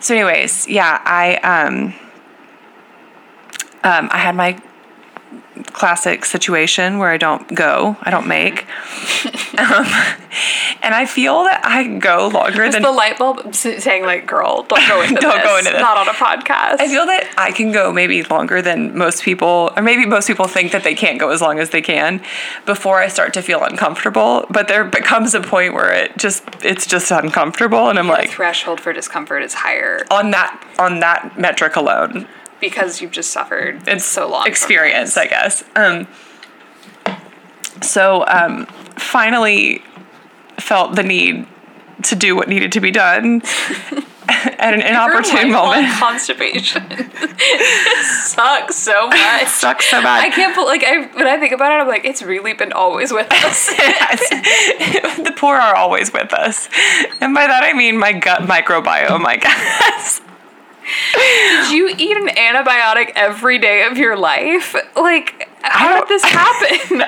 So, anyways, yeah, I um, um, I had my classic situation where I don't go, I don't make, um, and I feel that I go longer Is than the light bulb s- saying like, "Girl, don't go into Don't this. go into this. Not on a podcast." I feel that I can go maybe longer than most people, or maybe most people think that they can't go as long as they can before I start to feel uncomfortable. But there becomes a point where it just it's just uncomfortable, and I'm Your like threshold for discomfort is higher on that on that metric alone, because you've just suffered it's so long. from experience, I guess. Um, so um, finally felt the need to do what needed to be done at an Your inopportune lifelong moment. Constipation It sucks so much. Sucks so bad. I can't believe. Like, I, when I think about it, I'm like, it's really been always with us. Yes. the poor are always with us. And by that I mean my gut microbiome, I guess. Did you eat an antibiotic every day of your life? Like, how don't- did this happen?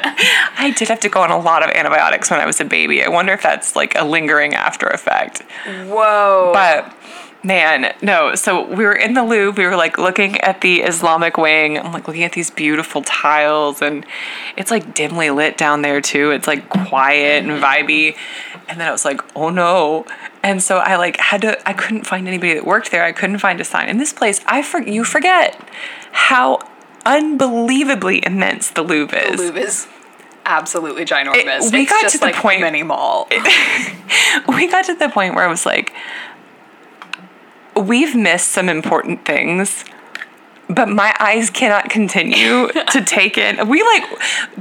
I did have to go on a lot of antibiotics when I was a baby. I wonder if that's like a lingering after effect. Whoa. But man, no. So we were in the Louvre. We were like looking at the Islamic wing. I'm like looking at these beautiful tiles, and it's like dimly lit down there too. It's like quiet and vibey. And then I was like, oh no. And so I like had to. I couldn't find anybody that worked there. I couldn't find a sign. In this place, I for, you forget how unbelievably immense the Louvre is. Lube is absolutely ginormous. we it's got just to the like point- mini mall. we got to the point where I was like, we've missed some important things, but my eyes cannot continue to take in. We like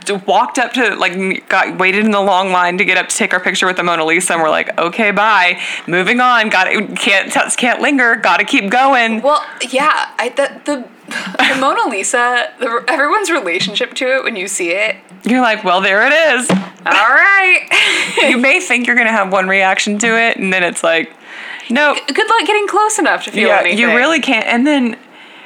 d- walked up to, like, got waited in the long line to get up to take our picture with the Mona Lisa, and we're like, okay, bye, moving on. Got it. Can't touch, can't linger. Got to keep going. Well, yeah, I that the, the Mona Lisa, the, everyone's relationship to it when you see it. You're like, well, there it is. All right, you may think you're gonna have one reaction to it, and then it's like, nope. good luck getting close enough to feel yeah, anything. you really can't. And then,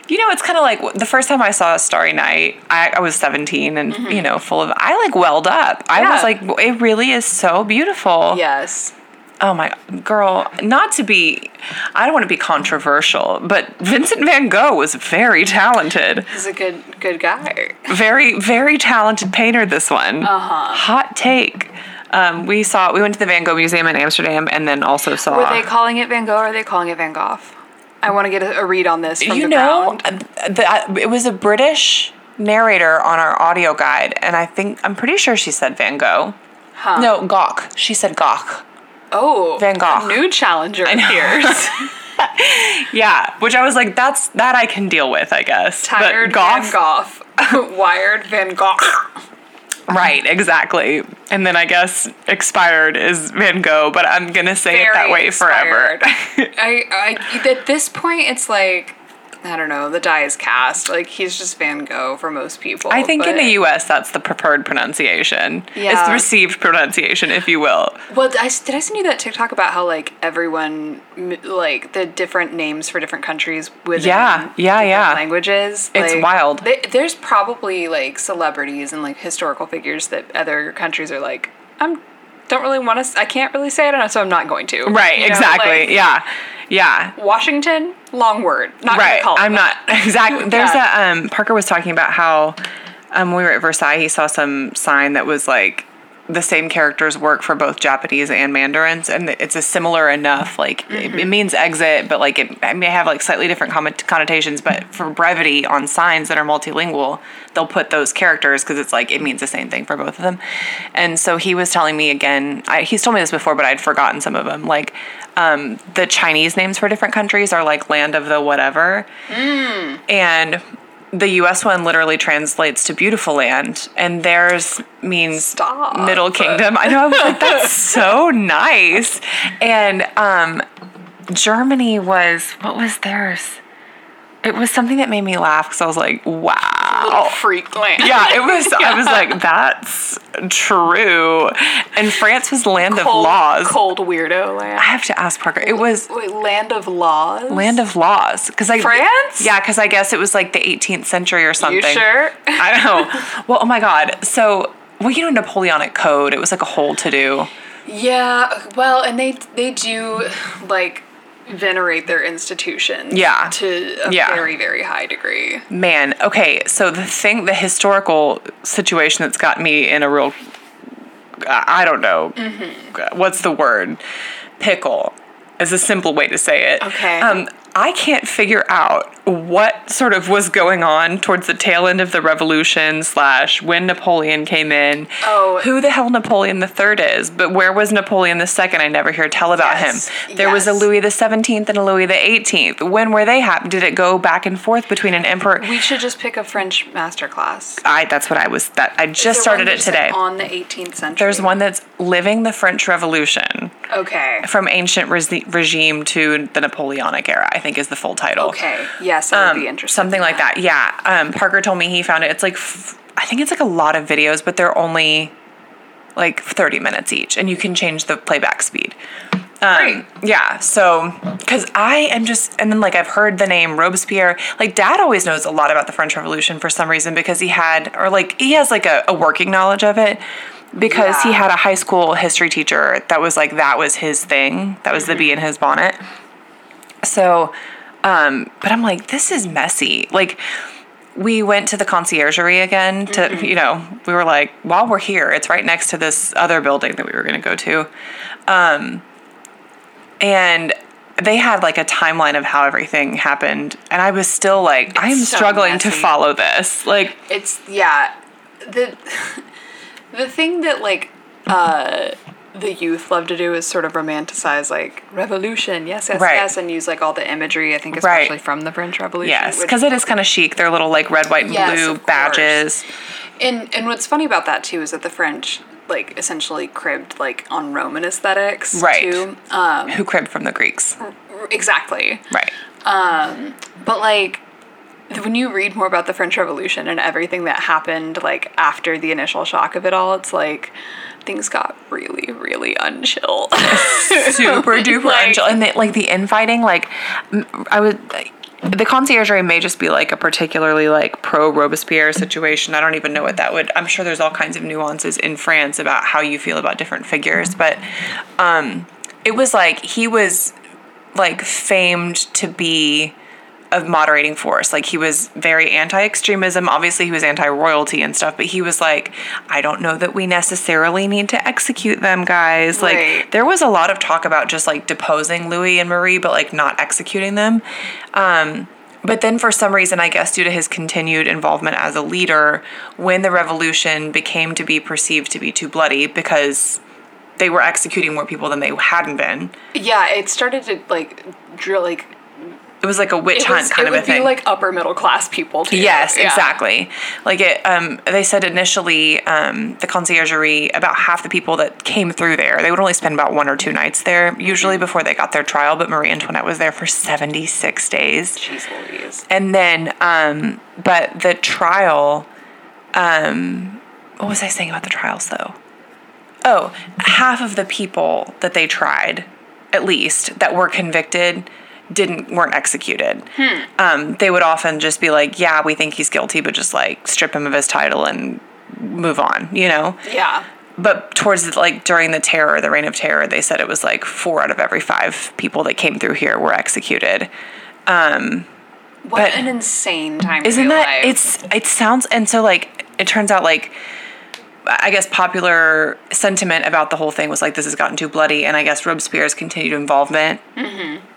you know, it's kind of like the first time I saw Starry Night, I, I was 17 and, you know, full of, I like welled up. I Mm-hmm. Yeah. was like, it really is so beautiful. Yes. Oh my, girl, not to be, I don't want to be controversial, but Vincent van Gogh was very talented. He's a good good guy. Very, very talented painter, this one. Uh-huh. Hot take. Um, we saw, we went to the Van Gogh Museum in Amsterdam and then also saw. Were they calling it Van Gogh or are they calling it Van Gogh? I want to get a, a read on this. From you the know, ground. uh, the, uh, it was a British narrator on our audio guide, and I think I'm pretty sure she said Van Gogh. No, Gawk. She said Gawk. oh, Van Gogh. a new challenger appears. Yeah, which I was like, that's that I can deal with, I guess. But Tired Van Gogh, wired Van Gogh. right? Exactly. And then I guess expired is Van Gogh, but I'm gonna say it that Very way inspired. forever. I, I at this point, it's like I don't know. The die is cast. Like he's just Van Gogh for most people. I think in but- the U.S. that's the preferred pronunciation. It's Yeah. the received pronunciation, if you will. Well, I, did I send you that TikTok about how like everyone m- like the different names for different countries within Yeah, yeah, different yeah. languages? It's like, wild. They, there's probably like celebrities and like historical figures that other countries are like I'm don't really want to. I can't really say it, and so I'm not going to. Right? You know, exactly. like, yeah. Yeah. Washington, long word. Not right. Gonna call it I'm that. not exactly. There's Yeah. a um, Parker was talking about how um, when we were at Versailles, he saw some sign that was like the same characters work for both Japanese and Mandarins, and that it's a similar enough. Like it, it means exit, but like it, it may have like slightly different comment, connotations. But for brevity, on signs that are multilingual, they'll put those characters because it's like it means the same thing for both of them. And so he was telling me again. I, he's told me this before, but I'd forgotten some of them. Like um, the Chinese names for different countries are like land of the whatever and the US one literally translates to beautiful land, and theirs means Stop. middle kingdom. I know, I was like, that's so nice. And um, Germany was, what was theirs? It was something that made me laugh because I was like, wow. freak land. Yeah, it was. I was like, that's true. And France was land of Cold- laws. Cold weirdo I land. have to ask Parker. It was Wait, land of laws. land of laws because I France? Yeah, because I guess it was like the 18th century or something. You sure? I know. Well, oh my God. So, well, you know, Napoleonic Code. It was like a whole to do. Yeah, well, and they they do like venerate their institutions. Yeah. To a Yeah. very very high degree. Man, okay. So the thing, the historical situation that's got me in a real, I I don't know, Mm-hmm. what's the word? Pickle is a simple way to say it. Okay. Um, I can't figure out what sort of was going on towards the tail end of the revolution slash when Napoleon came in. Oh. Who the hell Napoleon III is, but where was Napoleon II? I never hear tell about Yes, him. There was a yes. Louis the Seventeenth and a Louis the Eighteenth. When were they happen? Did it go back and forth between an emperor? We should just pick a French masterclass. I that's what I was that I just Is there started one it that's today. On the 18th century. There's one that's living the French Revolution Okay. from ancient resi- regime to the Napoleonic era. I think is the full title. Okay. Yes, I would Um, be interested. Something in like that. Yeah. Um, Parker told me he found it. It's like f- I think it's like a lot of videos, but they're only like 30 minutes each, and you can change the playback speed. Great. Yeah, so because I am just, and then like I've heard the name Robespierre. Like Dad always knows a lot about the French Revolution for some reason because he had, or like he has like a, a working knowledge of it because he Yeah. had a high school history teacher that was like that was his thing. That was the bee in his bonnet. So, um, but I'm like, this is messy. Like, we went to the conciergerie again to, Mm-hmm. you know, we were like, while we're here, it's right next to this other building that we were going to go to. Um, and they had like a timeline of how everything happened. And I was still like, I am so struggling to messy. follow this. Like, it's yeah the the thing that like uh the youth love to do is sort of romanticize like revolution yes yes Right. yes and use like all the imagery i think Right. especially from the french revolution yes, which- because it is kind of chic. They're little like red, white, and Yes, blue of course. badges. and and what's funny about that too is that the french like essentially cribbed like on roman aesthetics Right. too um, Who cribbed from the Greeks? exactly Right. But like when you read more about the French Revolution and everything that happened like after the initial shock of it all, it's like things got really, really unchill. super duper Like- angel and the, like the infighting like m- i would the conciergerie may just be like a particularly like pro robespierre situation i don't even know what that would i'm sure there's all kinds of nuances in france about how you feel about different figures but um it was like he was like famed to be a moderating force. Like he was very anti-extremism. Obviously, he was anti-royalty and stuff, but he was like, I don't know that we necessarily need to execute them, guys. Like Right. there was a lot of talk about just like deposing Louis and Marie, but like not executing them. Um, but then for some reason, I guess due to his continued involvement as a leader, when the revolution became to be perceived to be too bloody because they were executing more people than they hadn't been. Yeah, it started to like drill like It was like a witch it, hunt was, kind of it would a thing. be like upper middle class people. Too. Yes, Yeah. exactly. Like it, um, they said initially, um, the conciergerie, about half the people that came through there, they would only spend about one or two nights there, usually Mm. before they got their trial. But Marie Antoinette was there for 76 days. Jeez Louise. And then, um, but the trial, um, what was I saying about the trials though? Oh, half of the people that they tried, at least that were convicted, didn't weren't executed. Um, they would often just be like, "Yeah, we think he's guilty, but just like strip him of his title and move on," you know. Yeah. But towards the, like during the terror, the reign of terror, they said it was like four out of every five people that came through here were executed. What But- an insane time. to Isn't be that alive. it's it sounds and so like it turns out like I guess popular sentiment about the whole thing was like this has gotten too bloody and I guess Robespierre's continued involvement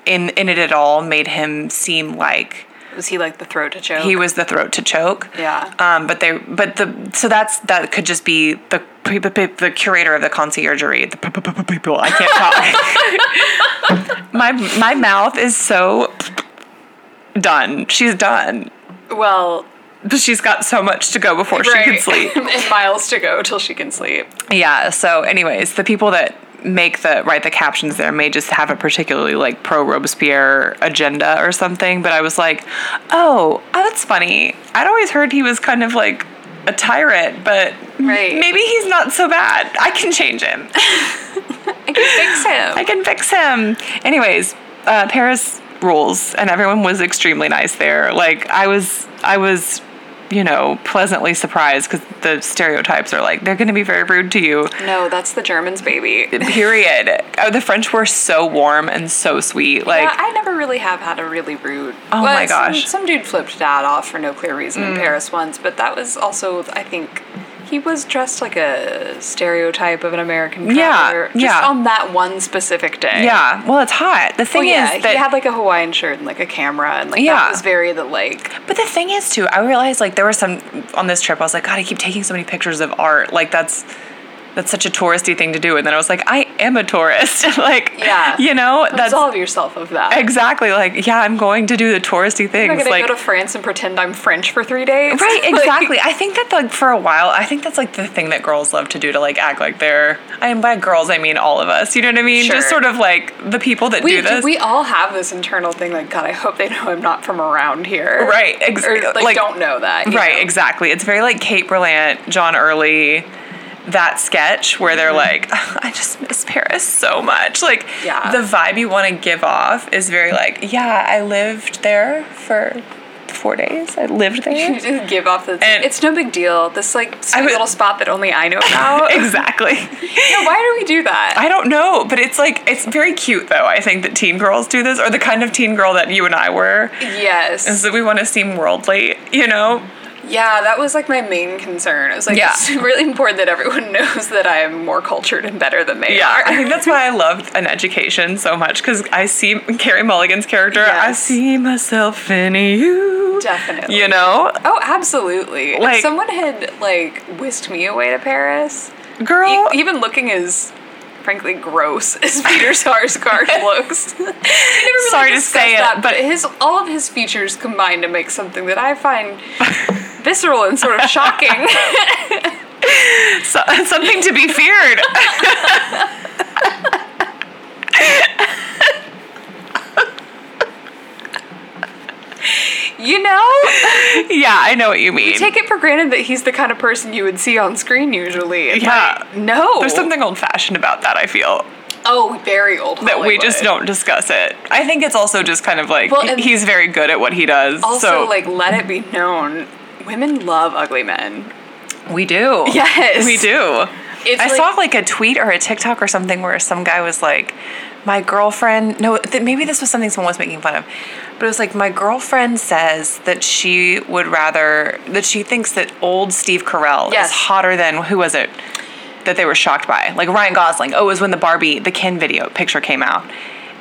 in in it at all made him seem like was he like the throat to choke? he was the throat to choke. Yeah. Um, but they but the so that's that could just be the pe- pe- pe- the curator of the conciergerie the pe- pe- pe- pe- people I can't talk. my my mouth is so done. She's done well, she's got so much to go before she can right. sleep. and miles to go till she can sleep. Yeah. So, anyways, the people that make the write the captions there may just have a particularly like pro Robespierre agenda or something. But I was like, oh, oh, that's funny. I'd always heard he was kind of like a tyrant, but m- Right. maybe he's not so bad. I can change him. I can fix him. I can fix him. Anyways, uh, Paris rules, and everyone was extremely nice there. Like I was, I was, you know, pleasantly surprised because the stereotypes are like they're going to be very rude to you. no, that's the Germans, baby. Period. oh, the French were so warm and so sweet. Like yeah, Uh, I never really have had a really rude. Oh well, my gosh. Mm. Some, some dude flipped dad off for no clear reason in Paris once, but that was also, I think, he was dressed like a stereotype of an American Yeah, traveler. just yeah. on that one specific day. yeah, well, it's hot. The Well, thing yeah, is that he had like a Hawaiian shirt and like a camera, and like Yeah. that was very the like. But the thing is, too, I realized like there were some on this trip. I was like, God, I keep taking so many pictures of art. Like that's that's such a touristy thing to do. And then I was like, I am a tourist. like, Yeah. you know, that's Absolve yourself of that. exactly like yeah, I'm going to do the touristy things. I'm not gonna like, go to France and pretend I'm French for three days. right, Like, exactly. I think that like for a while, I think that's like the thing that girls love to do to like act like they're. I mean, by girls, I mean all of us. You know what I mean? Just Sure. sort of like the people that we, do this. we all have this internal thing like, God, I hope they know I'm not from around here. Right, ex- Or like, like- don't know that. you Right, know? exactly. It's very like Kate Berlant, John Early, that sketch where they're like, I just miss Paris so much. Like, Mm-hmm. Yeah. the vibe you want to give off is very like, yeah, I lived there for four days. I lived You there. just give off the. And- it's no big deal. This like sweet I was- little spot that only I know about. exactly. Yeah, why do we do that? I don't know, but it's like, it's very cute though. I think that teen girls do this, or the kind of teen girl that you and I were, is yes. that we want to seem worldly, you know? Yeah, that was like my main concern. It was like Yeah. it's really important that everyone knows that I'm more cultured and better than they Yeah, are. I think that's why I loved an education so much because I see Carrie Mulligan's character. I Yes. see myself in you. Definitely. You know, Oh, absolutely. Like- if someone had like whisked me away to Paris, girl. e- even looking as frankly gross as Peter Sarsgaard looks. We never really Sorry to discussed say it, that, but- but his all of his features combine to make something that I find visceral and sort of shocking. so- something to be feared. you know, yeah, I know what you mean. take it for granted that he's the kind of person you would see on screen usually. It's Yeah. like, no. There's something old fashioned about that. I feel oh very old that we just don't Hollywood. discuss it. I think it's also just kind of like Well, and- he's very good at what he does. Also, so like let it be known, women love ugly men. we do. Yes. we do. It's I like- saw like a tweet or a TikTok or something where some guy was like, my girlfriend no th- maybe this was something someone was making fun of but it was like my girlfriend says that she would rather that she thinks that old steve carell Yes. is hotter than who was it that they were shocked by like ryan gosling oh it was when the barbie the ken video picture came out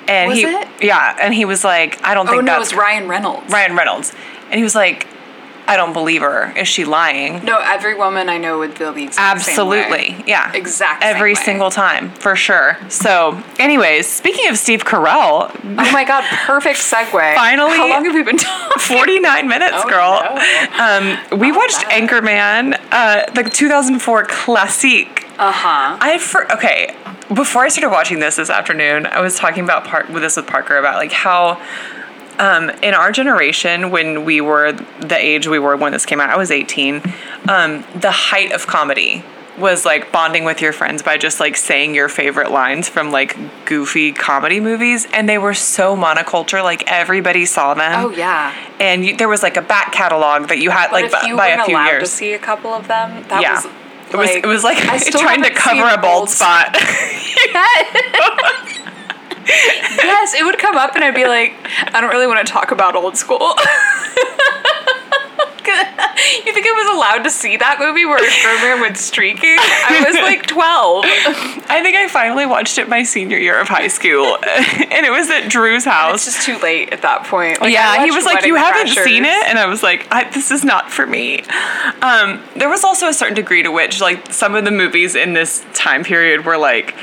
and Was he it? yeah and he was like i don't Oh think no, it that's was Ryan Reynolds. ryan reynolds and he was like i don't believe her is she lying No, every woman I know would feel the exact same way. Absolutely. Yeah. Exact same Every way. single time, for sure. So, anyways, speaking of Steve Carell, Oh my god, perfect segue. Finally- How long have we been talking? 49 minutes, Oh, girl. Um, we watched that. Anchorman, uh, the 2004 classic. Uh huh. I for, okay. Before I started watching this this afternoon, I was talking about part with this with Parker about like how um, in our generation when we were the age we were when this came out, I was 18. Um, the height of comedy was like bonding with your friends by just like saying your favorite lines from like goofy comedy movies, and they were so monoculture. Like everybody saw them. Oh yeah. And you, there was like a back catalog that you had But like if b- you by weren't a few allowed years. to see a couple of them, that yeah. was. it was it was like I still trying to haven't seen cover a bald Bold spot. yes, it would come up, and I'd be like, I don't really want to talk about old school. you think I was allowed to see that movie where Sherman went streaking? I was like 12. I think I finally watched it my senior year of high school, and it was at Drew's It's house. just too late at that point. Like, I yeah, he watched was like, Wedding "You haven't Crashers. seen it," and I was like, I, "This is not for me." Um, there was also a certain degree to which, like, some of the movies in this time period were like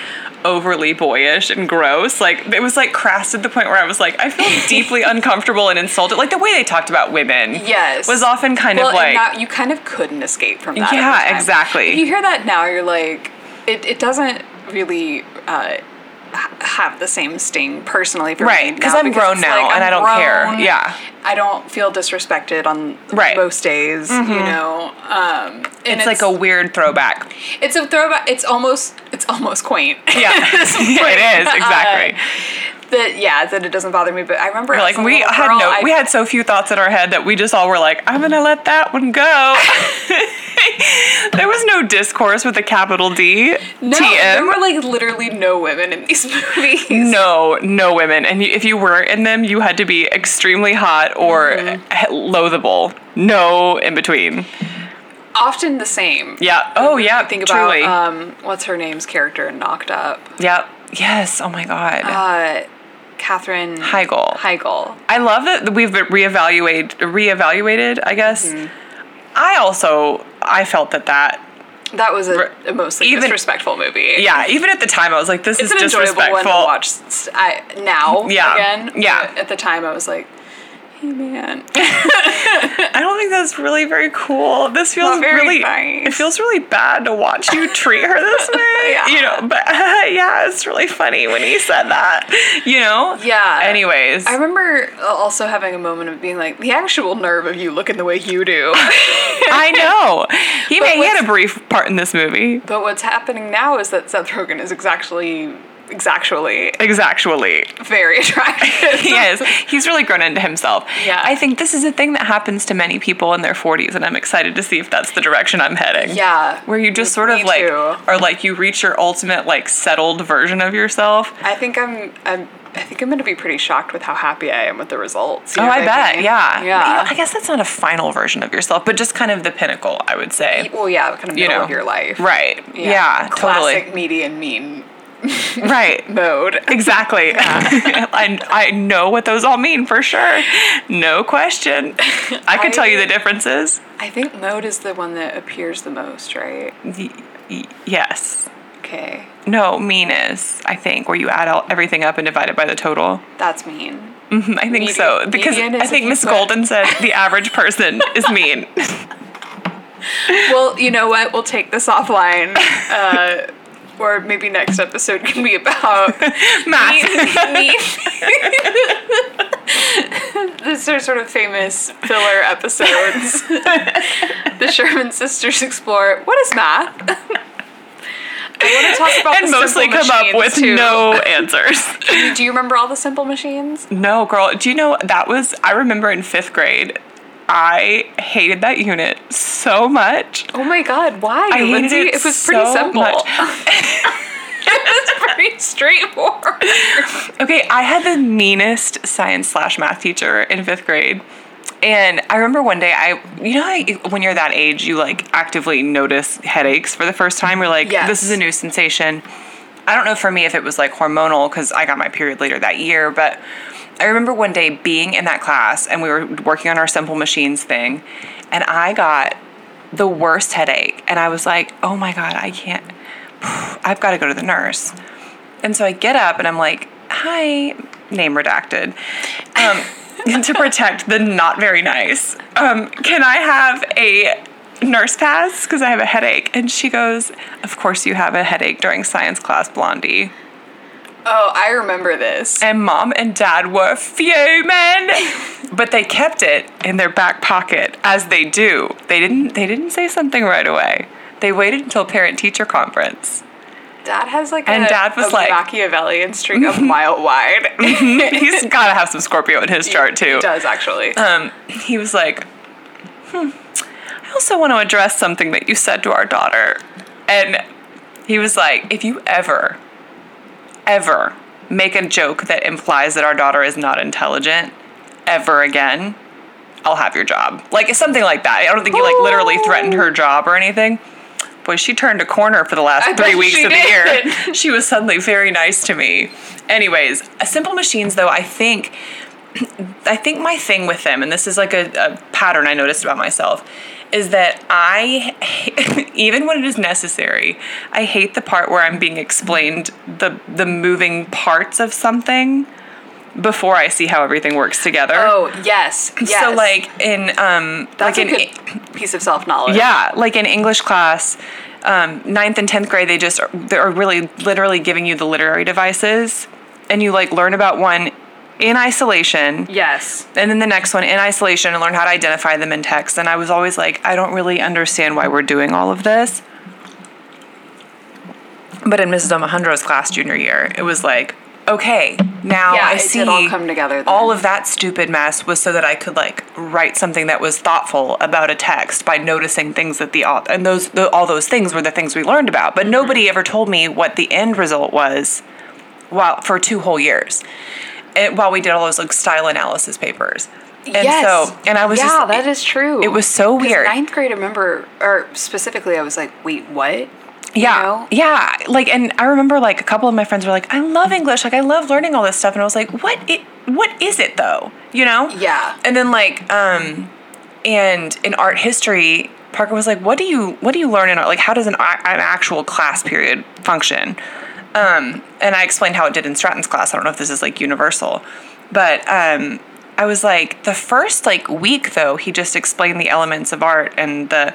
overly boyish and gross. Like, it was like crass to the point where I was like, I feel deeply uncomfortable and insulted. Like the way they talked about women, Yes. was often kind Well, of like and that, you kind of couldn't escape from that. at the Yeah, time. exactly. If you hear that now, you're like, it, it doesn't really uh, ha- have the same sting personally for me. Right, 'cause now I'm grown it's now and I don't care. Yeah. I don't feel disrespected on Right. Mm-hmm. most days, you know. Um, and it's like a weird throwback. it's a throwback. It's almost it's almost quaint. Yeah, it is exactly. Uh, that yeah, that it doesn't bother me. But I remember We're as like a we little had girl, no, I- we had so few thoughts in our head that we just all were like, I'm gonna let that one go. there was no discourse with a capital D. no, there TM. were like literally no women in these movies. no, no women, and you, if you were in them, you had to be extremely hot or Mm-hmm. he- loathable. No in between. often the same. Yeah. Oh yeah. Think about truly. um, what's her name's character in Knocked Up. yep. Yes. Oh my God. Uh, Catherine Heigl. Heigl. I love that we've been reevaluate reevaluated. I guess. Mm-hmm. I also I felt that that That was a, a mostly even- disrespectful movie. yeah even at the time I was like this it's, is an enjoyable disrespectful. one to watch s- I, now Yeah. again. Yeah. but at the time I was like, hey man, I don't think that's really very cool. This feels Not very really nice. it feels really bad to watch you treat her this way. Yeah. You know, but yeah, it's really funny when he said that. You know? Yeah. Anyways. I remember also having a moment of being like, the actual nerve of you looking the way you do. I know. He may, he had what's- a brief part in this movie. but what's happening now is that Seth Rogen is exactly, exactly Exactly. very attractive. He is. He's really grown into himself. Yeah. I think this is a thing that happens to many people in their 40s, and I'm excited to see if that's the direction I'm heading. Yeah. Where you just sort Me of like too. are like you reach your ultimate like settled version of yourself. I think I'm I'm I think I'm gonna be pretty shocked with how happy I am with the results. you Oh, know I what bet. mean? Yeah. Yeah. I guess that's not a final version of yourself, but just kind of the pinnacle, I would say. well, yeah, kind of middle You know, of your life. Right. Yeah. Classic totally. median mean Right. mode. Exactly. I, I know what those all mean for sure. No question. I can tell you I- the differences. I think mode is the one that appears the most, right? Y- y- yes. Okay. No, mean is, I think, where you add all, everything up and divide it by the total. That's mean. Mhm, I think so. Median- Because median I is think if Miss you put- Golden said the average person is mean. well, you know what? We'll take this offline. Uh, or maybe next episode can be about Math. These are sort of famous filler episodes. the Sherman sisters explore what is math. I want to talk about and the mostly simple come up machines, with too. no answers. Do you remember all the simple machines? No, girl. Do you know that was? I remember in fifth grade, I hated that unit so much. Oh my god! Why, I hated Lindsay? it was pretty so simple. much. it was pretty straightforward. Okay, I had the meanest science slash math teacher in fifth grade. And I remember one day, I you know how you- when you're that age, you like actively notice headaches for the first time. You're like, this is a Yes. new sensation. I don't know for me if it was like hormonal because I got my period later that year, but I remember one day being in that class and we were working on our simple machines thing, and I got the worst headache, and I was like, oh my god, I can't. I've got to go to the nurse. And so I get up and I'm like, hi, name redacted. Um, to protect the not very nice. Um, can I have a nurse pass? Because I have a headache. And she goes, Of course you have a headache during science class, Blondie. Oh, I remember this. And mom and dad were fuming. But they kept it in their back pocket, as they do. They didn't they didn't say something right away. They waited until parent teacher conference. Dad has like And a, Dad was a like- Mm-hmm. Machiavellian streak a mile wide. He's gotta have some Scorpio in his chart too. He does actually. um, he was like, hmm, I also want to address something that you said to our daughter. And he was like, if you ever, ever make a joke that implies that our daughter is not intelligent ever again, I'll have your job. Like, it's something like that. I don't think he, like, literally threatened her job or anything. Boy, she turned a corner for the last I three bet weeks she of did. the year. She was suddenly very nice to me. Anyways, Simple Machines, though, I think I think my thing with them, and this is like a, a pattern I noticed about myself, is that I, even when it is necessary, I hate the part where I'm being explained the the moving parts of something before I see how everything works together. oh yes, yes. So like in um like that's in a good piece of self knowledge. yeah, like in English class, um, ninth and tenth grade, they just are, they are really literally giving you the literary devices, and you like learn about one in isolation Yes. and then the next one in isolation and learn how to identify them in text. And I was always like, I don't really understand why we're doing all of this. But in Mrs. Omohundro's class junior year, it was like, okay, now Yeah, I it see did all come together then. all of that stupid mess was so that I could like write something that was thoughtful about a text by noticing things that the author and those the, all those things were the things we learned about. But nobody ever told me what the end result was while for two whole years it, while we did all those like style analysis papers. And yes. so, and I was yeah, just, that is true. it was so 'Cause weird. Ninth grade, I remember, or specifically, I was like, wait, what? yeah, you know? yeah. Like, and I remember like a couple of my friends were like, I love English. Like, I love learning all this stuff. And I was like, what it, what is it though? You know? Yeah. And then like, um, and in art history, Parker was like, what do you, what do you learn in art? Like, how does an, a- an actual class period function? Um, and I explained how it did in Stratton's class. I don't know if this is like universal, but um, I was like, the first like week though, he just explained the elements of art and the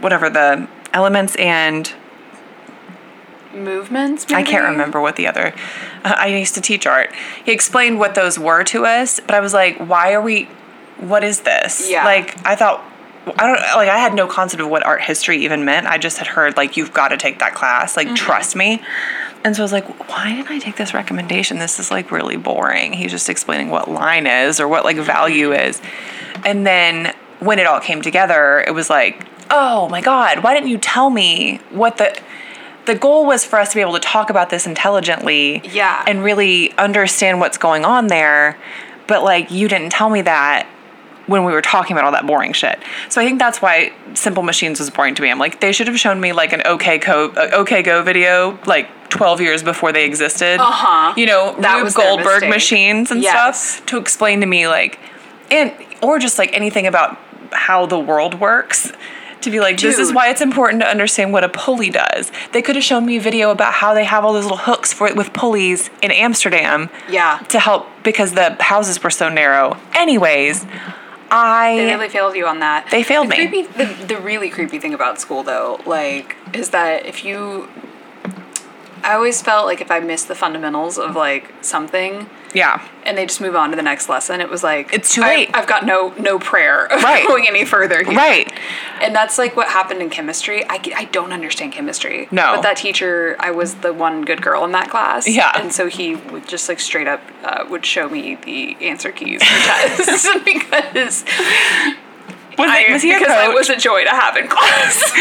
whatever the elements and Movements. I can't maybe? remember what the other. Uh, I used to teach art. He explained what those were to us, but I was like, why are we? What is this? Yeah. Like I thought. I don't like. I had no concept of what art history even meant. I just had heard like you've got to take that class. Like trust me. And so I was like, why didn't I take this recommendation? This is like really boring. He's just explaining what line is or what like value is. And then when it all came together, it was like, oh my God, why didn't you tell me what the the goal was for us to be able to talk about this intelligently Yeah. and really understand what's going on there. But like you didn't tell me that when we were talking about all that boring shit. So I think that's why Simple Machines was boring to me. I'm like, they should have shown me like an OK Co, uh, OK Go video like 12 years before they existed. Uh Uh-huh. You know, That Rube was their Goldberg mistake. machines and Yes. stuff to explain to me like, and or just like anything about how the world works. To be like, this is Dude. why it's important to understand what a pulley does. They could have shown me a video about how they have all those little hooks for with pulleys in Amsterdam Yeah. to help because the houses were so narrow. Anyways, I They really failed you on that. They failed me. the Creepy, the, the really creepy thing about school, though, like, is that if you. I always felt like if I missed the fundamentals of like something, yeah. and they just move on to the next lesson, it was like It's too I- late. I've got no no prayer of Right. going any further. here. Right. And that's like what happened in chemistry. I, c- I don't understand chemistry. No. But that teacher, I was the one good girl in that class. Yeah. And so he would just like straight up uh, would show me the answer keys for tests because Was, it, I- was he a because coach? I was a joy to have in class.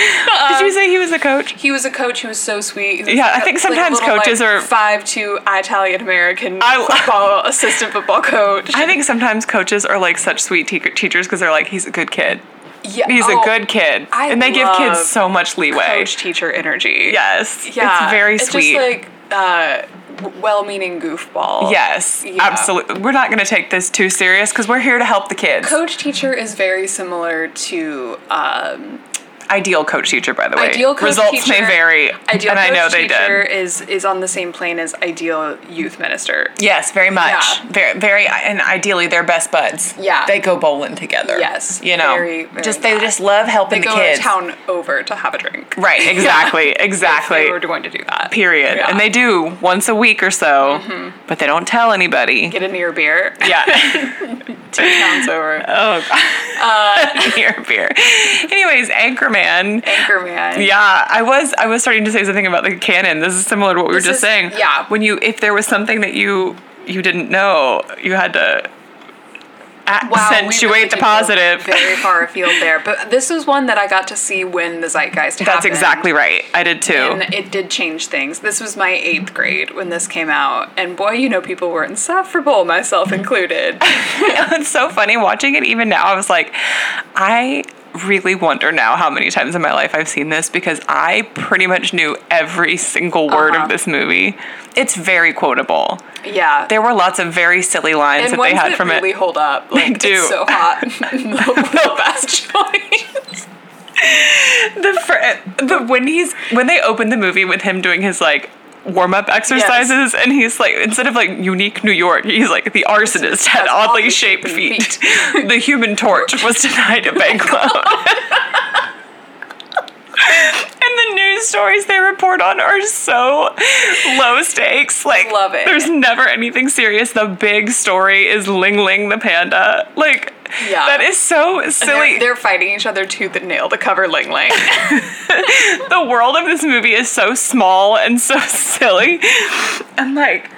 Did you say he was a coach? he was a coach who was so sweet. He was Yeah, I like think a- like a sometimes little, coaches like, are- five two Italian American I- football assistant football coach. I think sometimes coaches are like such sweet te- teachers because they're like, he's a good kid. Yeah, He's oh, a good kid. I and they give love kids so much leeway. coach teacher energy. Yes. yeah, It's very it's sweet. Just like uh, w- well-meaning goofball. yes. Yeah. Absolutely. We're not going to take this too serious because we're here to help the kids. Coach teacher is very similar to um, ideal coach teacher, by the way. ideal coach Results teacher. may vary. Ideal and coach I know they teacher did. is is on the same plane as ideal youth minister. Yes, very much. Yeah. Very, very, and ideally they're best buds. Yeah. They go bowling together. Yes, You know, very, very just they much. just love helping They the go kids. to town over to have a drink. Right, exactly, exactly. They were going to do that. period. Yeah. Mm-hmm. And they do once a week or so, but they don't tell anybody. get into your beer. yeah. Two towns over. oh, God. beer, beer. Anyways, Anchorman. Anchorman. Yeah, I was I was starting to say something about the canon. This is similar to what we This were just is- saying. yeah. When you if there was something that you you didn't know, you had to Wow, we accentuate really the did go positive. Very far afield there, but this was one that I got to see when the Zeitgeist happened. That's exactly right. I did too. And it did change things. This was my eighth grade when this came out, and boy, you know, people were insufferable, myself included. it's so funny watching it even now. I was like, I really wonder now how many times in my life I've seen this because I pretty much knew every single word Uh-huh. of this movie. It's very quotable. Yeah, There were lots of very silly lines and that they ones had that from really it. hold up. Like, do. It's so hot. the best choice. The, fr- the when he's when they opened the movie with him doing his like warm up exercises and he's like instead of like unique New York, he's like the arsonist had Has oddly shaped feet. the human torch was denied a banknote. And the news stories they report on are so low stakes. Like, Love it. There's never anything serious. The big story is Ling Ling the panda. Like, Yeah. that is so silly. They're, they're fighting each other tooth and nail to cover Ling Ling. the world of this movie is so small and so silly, and like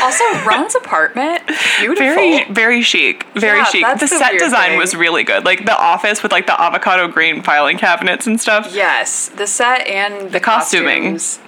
also, Ron's apartment, beautiful. very, very chic. Very Yeah, chic. that's The the set weird design thing. was really good. Like the office with like the avocado green filing cabinets and stuff. Yes, the set and the, costuming. costumes.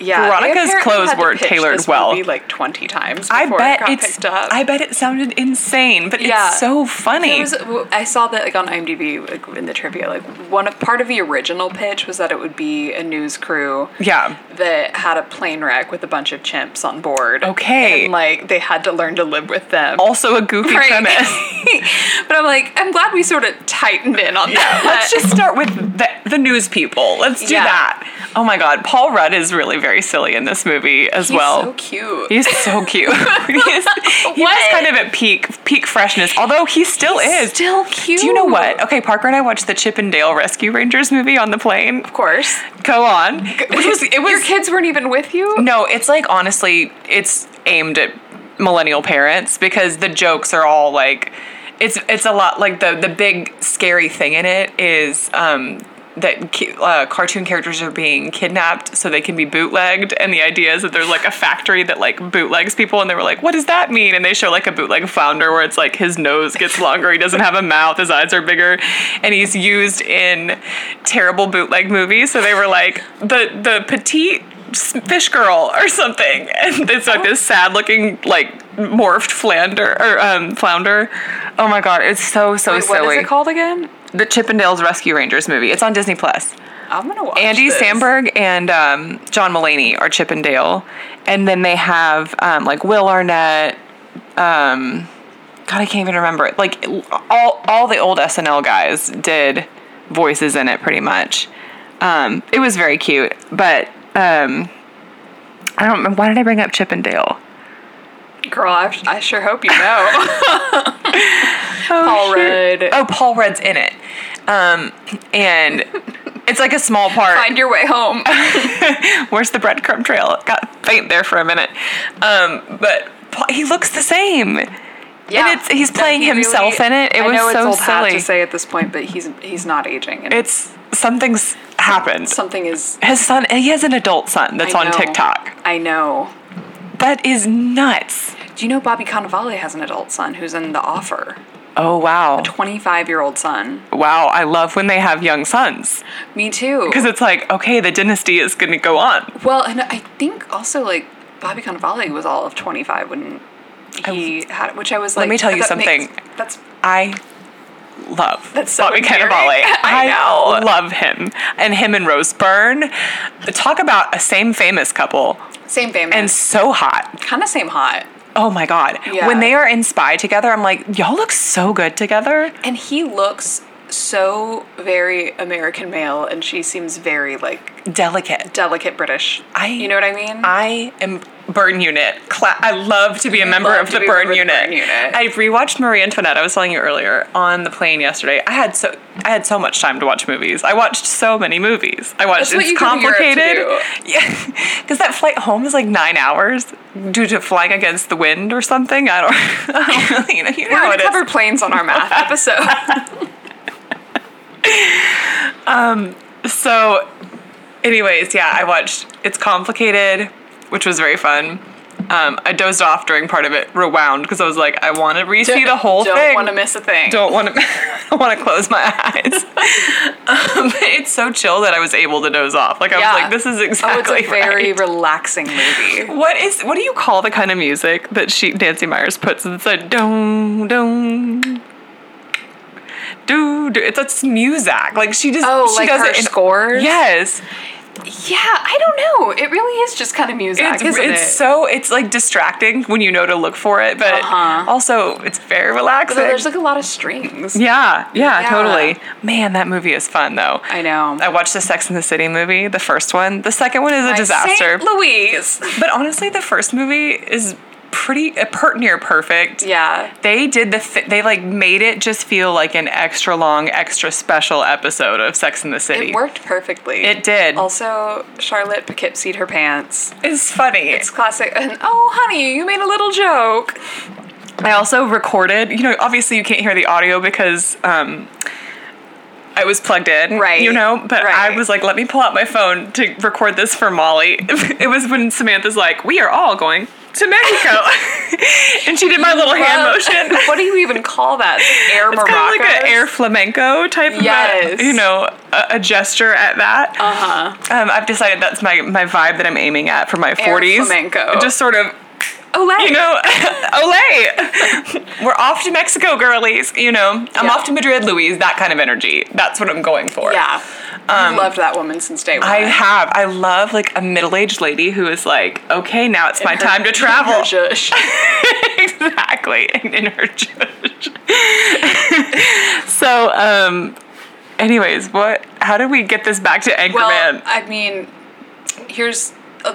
Yeah, they Veronica's apparently clothes had to were pitch tailored this well. Movie like twenty times. Before I it bet got it's. picked up. I bet it sounded insane, but Yeah. it's so funny. It was- w- I saw that like on IMDb like, in the trivia. Like one of, part of the original pitch was that it would be a news crew yeah. that had a plane wreck with a bunch of chimps on board. Okay. and like they had to learn to live with them. Also a goofy Right. premise. but I'm like, I'm glad we sort of tightened in on that. Let's just start with the, the news people. Let's do Yeah. that. Oh my God, Paul Rudd is really very silly in this movie as He's well. so cute. He's so cute. he is, he was What? kind of at peak peak freshness, although he still is. still cute. Do you know what? Okay, Parker and I watched the Chip and Dale Rescue Rangers movie on the plane. Of course. Go on. Which was it Your was kids weren't even with you? no, it's like honestly, it's aimed at millennial parents because the jokes are all like it's it's a lot like the the big scary thing in it is um that ki- uh, cartoon characters are being kidnapped so they can be bootlegged and the idea is that there's like a factory that like bootlegs people and they were like what does that mean and they show like a bootleg flounder where it's like his nose gets longer he doesn't have a mouth his eyes are bigger and he's used in terrible bootleg movivies so they were like the the petite s- fish girl or something and it's like this Oh. sad looking like morphed flander or um flounder oh my god it's so so Wait, silly what is it called again? the Chippendales Rescue Rangers movie. It's on Disney Plus. I'm gonna watch. Andy this. Samberg and um, John Mulaney are Chip and Dale, and then they have um, like Will Arnett. Um, God, I can't even remember it. Like all all the old SNL guys did voices in it, pretty much. Um, it was very cute, but um, I don't. remember- Why did I bring up Chip and Dale? Girl, I, I sure hope you know. Paul Rudd. Oh, Paul Rudd's in it, um, and it's like a small part. Find your way home. Where's the breadcrumb trail? It got faint there for a minute. Um, but Paul- he looks the same. Yeah. it's- he's No, playing he himself in it. It I was know so it's old hat silly. to say at this point, but he's he's not aging. And It's something's happened. something is. His son, he has an adult son that's I on know. TikTok. I know. That is nuts. Do you know Bobby Cannavale has an adult son who's in The Offer? Oh wow. 25 year old son. Wow, I love when they have young sons Me too. because it's like, okay, the dynasty is going to go on. Well, and I think also like Bobby Cannavale was all of 25 when he had, which I was like, me tell you that makes- something. that's I love That's so Bobby endearing. Cannavale. I know. love him. And him and Rose Byrne. Talk about a same famous couple same famous and so hot. kind of same hot. Oh my God. Yeah. When they are in Spy together, I'm like, y'all look so good together. And he looks so very American male, and she seems very like Delicate. delicate British. I- you know what I mean? I am Burn Unit. Cla- I love to be a member love of to the be a Burn member of the Unit. Byrne Unit. I rewatched Marie Antoinette. I was telling you earlier on the plane yesterday. I had so I had so much time to watch movies. I watched so many movies. I watched That's what it's you go to Europe to complicated. Yeah, because that flight home is like nine hours due to flying against the wind or something. I don't, I don't really know. You know We're how gonna it is. cover planes on our math episode. So, anyways, yeah, I watched It's Complicated, which was very fun. Um, I dozed off during part of it, rewound, because I was like, I want to re see the whole Don't thing. want to miss a thing. don't want to. I want to close my eyes. um, it's so chill that I was able to doze off. Like I Yeah. was like, this is Oh, exactly it's a very right. relaxing movie. What is what do you call the kind of music that she Nancy Myers puts? It's a dong dong. Do, do it's that's Muzak. Like she just Oh, she like does her it in- scores? Yes. Yeah, I don't know. It really is just kind of music, It's, isn't it's it? so it's like distracting when you know to look for it, but Uh-huh. also it's very relaxing. So there's like a lot of strings. yeah, yeah, Yeah. totally. Man, that movie is fun though. I, I know. watched the Sex and the City movie, the first one. The second one is a disaster, Saint Louise. but honestly, the first movie is pretty uh, per- near perfect. Yeah. They did the th- they like made it just feel like an extra long, extra special episode of Sex and the City. It worked perfectly. It did. Also, Charlotte Poughkeepsied her pants. It's funny. It's classic. And oh, honey, you made a little joke. I also recorded, you know, obviously you can't hear the audio because um, I was plugged in, Right. You know, but I Right. was like, let me pull out my phone to record this for Molly. It was when Samantha's like, we are all going to Mexico, and she did my little hand Love- motion. what do you even call that? Air It's kind of like an maracas? air flamenco type of, Yes. a, you know, a, a gesture at that. Uh huh. Um, I've decided that's my my vibe that I'm aiming at for my 40s. flamenco. Just sort of Oh, like, you know, Olay, we're off to Mexico, girlies. You know, I'm Yeah. off to Madrid, Louise. That kind of energy. That's what I'm going for. Yeah. I've loved that woman since day one. Um, I have. I love like a middle-aged lady who is like, okay, now it's my Her- time to travel. her zhuzh. exactly, in, in her church. so, um, anyways, what? How did we get this back to Anchorman? Well, I mean, here's uh,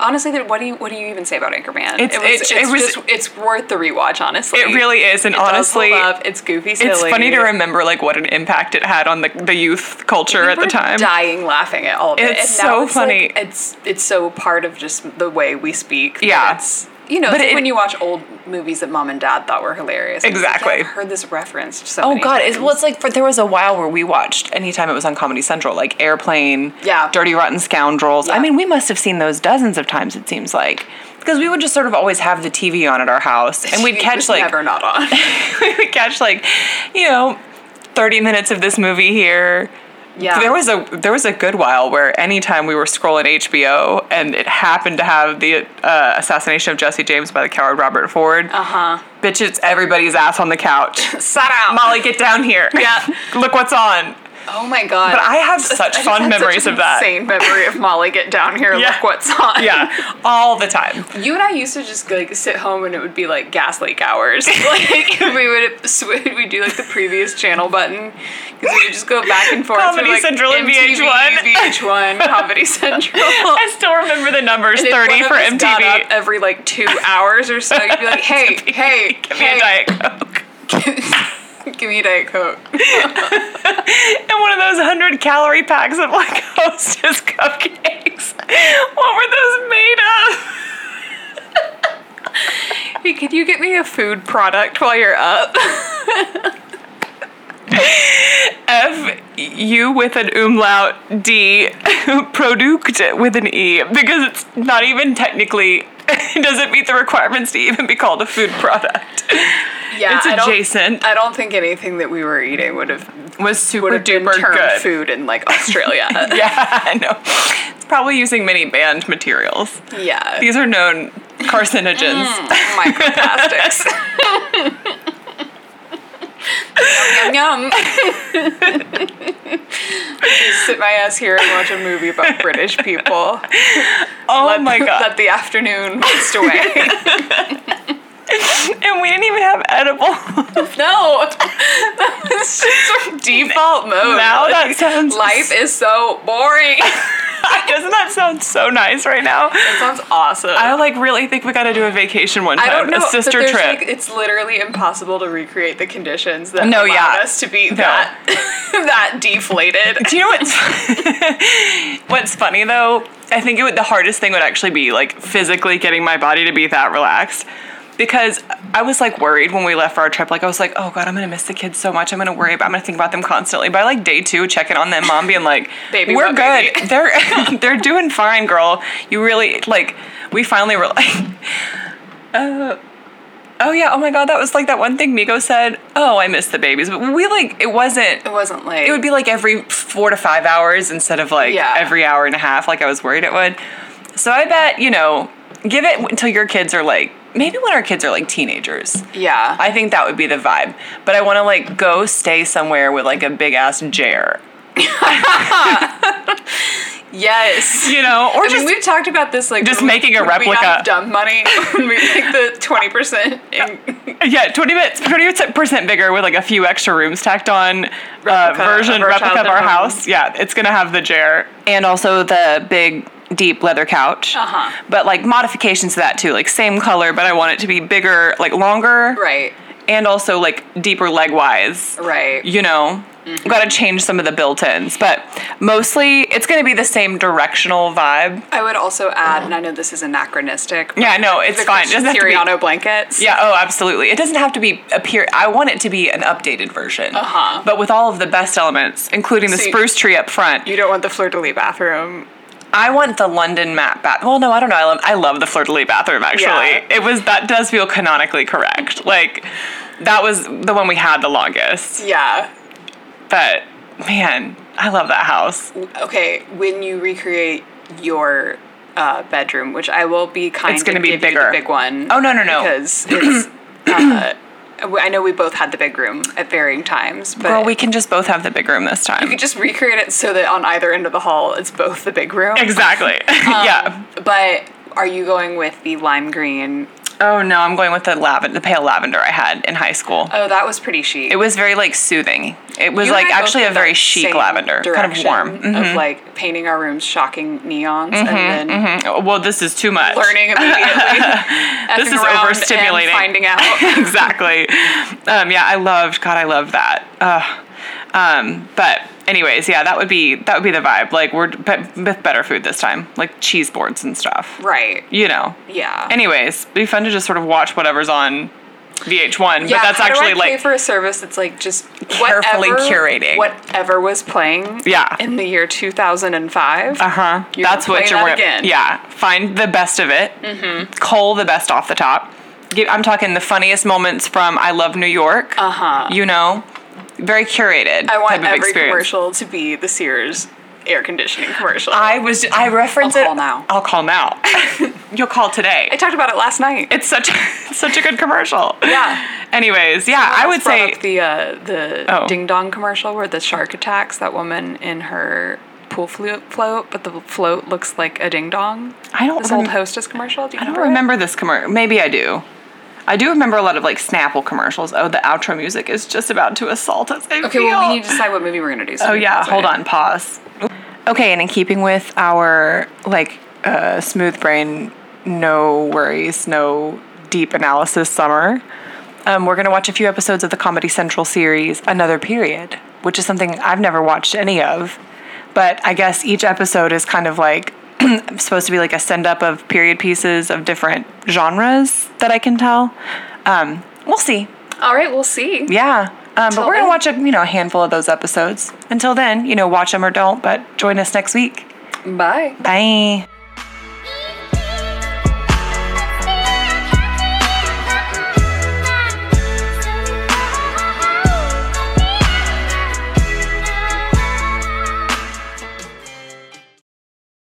honestly, there- what do you what do you even say about Anchorman? It's- it was, it- it's it was- just, it's worth the rewatch, honestly. it really is, and It does honestly. hold up. it's goofy, silly. It's funny to remember like what an impact it had on the, the youth culture We at the were time. dying laughing at all of it. It's and now so like, funny. it's it's so part of just the way we speak. that Yeah. it's, you know, But it's like it- when you watch old movies that mom and dad thought were hilarious. and it's like, Exactly. yeah, I've heard this referenced so. Oh many God! times. It, well, it's like for, there was a while where we watched anytime it was on Comedy Central, like Airplane, Yeah. Dirty Rotten Scoundrels. I Yeah. mean, we must have seen those dozens of times. It seems like because we would just sort of always have the TV on at our house, and we'd It's catch like never not on. we would catch like you know thirty minutes of this movie here. yeah. There was a there was a good while where anytime we were scrolling HBO and it happened to have the uh, assassination of Jesse James by the coward Robert Ford, uh huh. bitch, it's everybody's ass on the couch. Sat out. Molly, get down here. Yeah. Look what's on. Oh my god. But I have such I just fond had such memories an of that. Insane memory of Molly get down here, Yeah. look what's on. Yeah, all the time. You and I used to just like sit home and it would be like gas lake hours. like we would sw- we do like the previous channel button because we would just go back and forth. Comedy from, like, Central and MTV, VH1. VH1, Comedy Central. I still remember the numbers And if 30 one of for us got up MTV. every like two hours or so. You'd be like, "Hey, hey, Give hey, me a Diet Coke. give me a diet coke." And one of those 100 calorie packs of like Hostess cupcakes. What were those made of? Hey, could you get me a food product while you're up? F U with an umlaut, D product with an E, because it's not even technically, it doesn't meet the requirements to even be called a food product. Yeah, It's I don't- adjacent. I don't think anything that we were eating would have was would super have been duper termed good. food in like Australia. Yeah, I know. It's probably using many banned materials. yeah, These are known carcinogens. Mm. microplastics. yum yum. yum. Just Sit my ass here and watch a movie about British people. Oh Let- my god. Let the afternoon waste away. and we didn't even have edible. no, it's just default mode. now that sounds Life is so boring. Doesn't that sound so nice right now? That sounds awesome. I like really think we got to do a vacation one time, I don't know. a but sister there's, trip. like, it's literally impossible to recreate the conditions that No, allowed yeah. us to be that that deflated. do you know what's what's funny though? I think it would the hardest thing would actually be like physically getting my body to be that relaxed. Because I was like worried when we left for our trip. Like I was like, oh god, I'm gonna miss the kids so much. I'm gonna worry about. I'm gonna think about them constantly. By like day two, checking on them, mom being like, Baby, we're my good. baby." They're they're doing fine, girl. You really like. We finally were like, oh yeah, oh my god, that was like that one thing Nico said. Oh, I miss the babies, but we like it wasn't It wasn't like it would be like every four to five hours instead of like Yeah. every hour and a half, like I was worried it would. So I bet, you know, give it until your kids are like, maybe when our kids are like teenagers. Yeah. I think that would be the vibe. But I want to like go stay somewhere with like a big ass jar, yes. you know, or I mean, just. we've talked about this like Just when we- making a when We replica. have dumb money when we make the twenty percent. in Yeah, twenty minutes, twenty percent bigger with like a few extra rooms tacked on. Uh, Replica version of our replica of childhood our home. house. Yeah, it's gonna have the jar and also the big deep leather couch. Uh-huh. But like modifications to that too, like same color, but I want it to be bigger, like longer, Right. and also like deeper leg wise. Right. You know, Mm-hmm. got to change some of the built-ins, but mostly it's gonna be the same directional vibe. I would also add, and I know this is anachronistic. but Yeah, no, it's the fine. It Christian doesn't have to be- Siriano blankets. Yeah, oh, absolutely. It doesn't have to be a pure. I want it to be an updated version. Uh-huh. But with all of the best elements, including the So you- spruce tree up front. You don't want the fleur de lis bathroom. I want the London map bath. Well, no, I don't know. I love I love the fleur de lis bathroom. Actually, Yeah. it was that does feel canonically correct. Like that was the one we had the longest. Yeah. But man, I love that house. Okay, when you recreate your uh, bedroom, which I will be kind It's gonna to be give you bigger. the big one. Oh, no, no, no. Because it's. Uh, w- I know we both had the big room at varying times, but Girl, we can just both have the big room this time. we could just recreate it so that on either end of the hall, it's both the big room. exactly. Um, yeah. But are you going with the lime green? Oh no, I'm going with the lavender, the pale lavender I had in high school. Oh, that was pretty chic. It was very like soothing. It was You like and I both actually did a very that chic same lavender, kind of direction warm. Mhm. Of like painting our rooms shocking neons and then Oh, Well, this is too much. learning immediately. This effing is around and overstimulating. Finding out. exactly. Um, yeah, I loved. God, I loved that. Ugh. Um, but anyways, yeah, that would be that would be the vibe. Like we're but with better food this time, like cheese boards and stuff. Right. You know. Yeah. Anyways, it'd be fun to just sort of watch whatever's on VH1, yeah, but that's how do I actually pay like for a service that's like just Carefully whatever- curating. whatever was playing. Yeah. In the year two thousand and five. uh huh. You're That's gonna what play you're that wor- again. Yeah, find the best of it. Mm-hmm. Cull the best off the top. Get, I'm talking the funniest moments from I Love New York. Uh huh. You know, very curated. Uh-huh. I want type of every experience. commercial to be the Sears air conditioning commercial. I, I was. I reference I'll it. call now. I'll call now. You'll call today. talked about it last night. It's such it's such a good commercial. Yeah. Anyways, yeah, I would Brought say up the uh, the Oh. ding dong commercial where the shark attacks that woman in her pool float, float but the float looks like a ding dong. I don't. This rem- old hostess commercial. Do you I don't remember it? remember this commercial. Maybe I do. I do remember a lot of like Snapple commercials. Oh, the outro music is just about to assault us. I Okay, feel. well, we need to decide what movie we're gonna do. Oh yeah, hold on, pause. Okay, and in keeping with our like uh, smooth brain, no worries, no deep analysis summer, um, we're gonna watch a few episodes of the Comedy Central series Another Period, which is something I've never watched any of, but I guess each episode is kind of like supposed to be like a send up of period pieces of different genres that I can tell. Um, we'll see. All right, we'll see. Yeah. Um, but Till we're going to then. watch a, you know, a handful of those episodes. Until then, you know, watch them or don't, but join us next week. Bye. Bye.